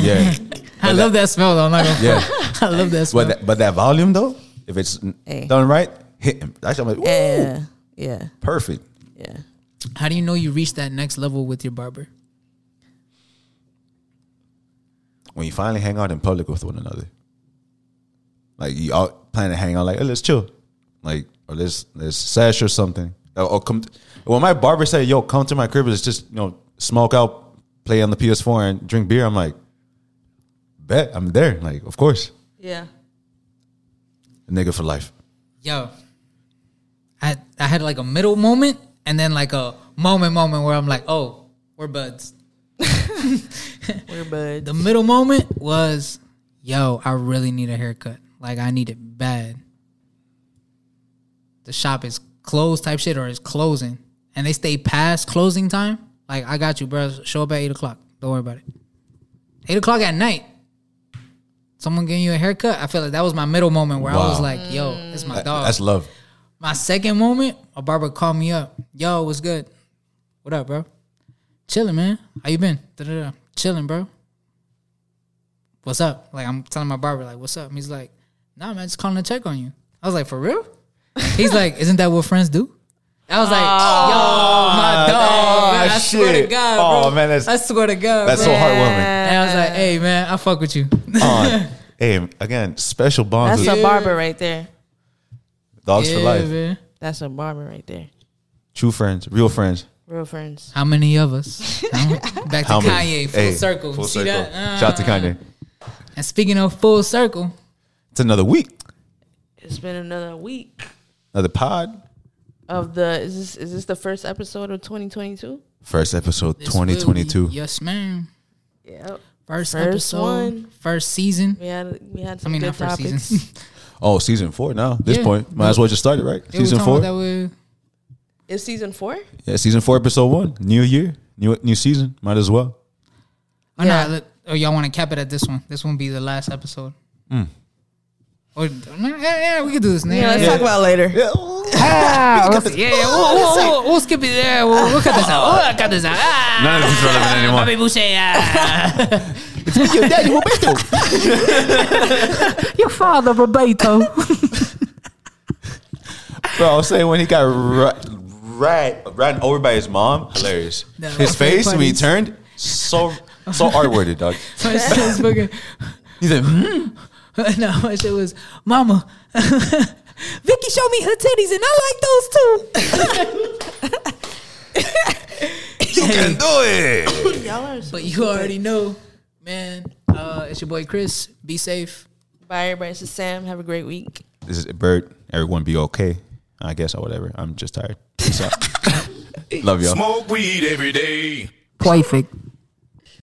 S2: Yeah,
S3: I love that smell [LAUGHS] though. I'm not gonna.
S2: yeah.
S3: [LAUGHS] I love that smell.
S2: But that, but that volume though, if it's n-
S1: Hey.
S2: done right, hit him. That's I'm like, woo,
S1: Yeah, yeah,
S2: perfect.
S1: yeah.
S3: How do you know you reached that next level with your barber?
S2: When you finally hang out in public with one another, like you all plan to hang out, like hey, let's chill, like or let's let's sesh or something. Or, or come. when my barber said, "Yo, come to my crib, let's just you know smoke out, play on the PS4, and drink beer," I'm like, bet I'm there. Like of course,
S1: Yeah.
S2: nigga for life.
S3: Yo, I I had like a middle moment and then like a moment moment where I'm like, oh, we're buds.
S1: We're buds.
S3: The middle moment was, yo, I really need a haircut. Like I need it bad. The shop is closed type shit or it's closing, and they stay past closing time. Like I got you, bro. Show up at eight o'clock. Don't worry about it. Eight o'clock at night. Someone getting you a haircut. I feel like that was my middle moment where I was
S2: Wow.
S3: like, yo, it's my
S2: That-
S3: dog.
S2: That's love.
S3: My second moment, a barber called me up. Yo, what's good? What up, bro? Chilling, man. How you been? Da-da-da. Chilling, bro. What's up? Like I'm telling my barber, like, what's up? And he's like, Nah, man, just calling to check on you. I was like, for real? He's like, isn't that what friends do? I was like, yo, my dog. man, I swear to
S2: Ah, shit.
S3: God,
S2: Aw,
S3: bro.
S2: man, that's-
S3: I swear to God,
S2: That's
S3: bro.
S2: so heartwarming.
S3: And I was like, hey, man, I fuck with you.
S2: on. Hey, again, special bonds
S1: That's
S2: with
S1: a barber right there.
S2: dogs for life.
S3: man.
S1: That's a barber right there.
S2: True friends, real friends.
S1: Real friends.
S3: How many of
S2: [LAUGHS]
S3: us? Back to
S2: How many?
S3: Kanye, full
S2: Hey,
S3: circle.
S2: Full
S3: See
S2: circle.
S3: that? Uh, Ah.
S2: Shout out to Kanye.
S3: And speaking of full circle,
S2: It's another week,
S1: It's been another week
S2: another pod.
S1: of the. Is this is this the first episode of 2022?
S2: First episode,
S3: this
S2: twenty twenty
S3: will
S2: two.
S3: be- Yes, ma'am.
S1: Yep.
S3: First,
S1: First
S3: episode,
S1: one.
S3: first season.
S1: We had we had
S3: I
S1: some
S3: mean,
S1: good
S3: not first
S1: topics.
S3: season. [LAUGHS]
S1: [LAUGHS]
S2: Oh, season four now. At this
S3: Yeah.
S2: point, might as well just start it, right?
S3: Yeah, we
S2: season
S3: talking
S2: four.
S3: about that with-
S1: Is season four?
S2: Yeah, season four, episode one. New year, new new season. Might as [LAUGHS] well.
S3: Oh,
S1: Yeah.
S3: nah, look, oh, y'all want to cap it at this one? This one be the last episode.
S2: Hmm.
S3: Or, nah, yeah, yeah, we can do this. Nah,
S1: Yeah, let's
S3: yeah. [LAUGHS]
S1: talk about it later.
S2: Yeah.
S3: Ah, we'll, yeah, yeah, we'll, we'll, we'll, we'll skip it there. We'll, we'll cut this out.
S1: [LAUGHS]
S3: We'll cut this out. Ah,
S2: None of this is relevant
S3: Bobby
S2: anymore.
S3: Boucher. Ah.
S2: Your daddy Roberto.
S3: Your father, Roberto.
S2: Bro, I was saying when he got right, right, ran over by his mom, hilarious.
S3: No.
S2: his face when he turned, so
S3: [LAUGHS]
S2: so art worded, dog.
S3: My shit was fucking.
S2: He's like, hmm?
S3: [LAUGHS] No, my shit was, Mama, [LAUGHS] Vicky showed me her titties and I like those
S2: you can do it.
S3: too. But you already know, man. Uh, it's your boy Chris. Be safe.
S1: Bye, everybody. This is Sam. Have a great week.
S2: This is Bert. Everyone be okay. I guess or whatever. I'm just tired. Peace out. Love y'all.
S7: Smoke weed every day.
S3: Perfect.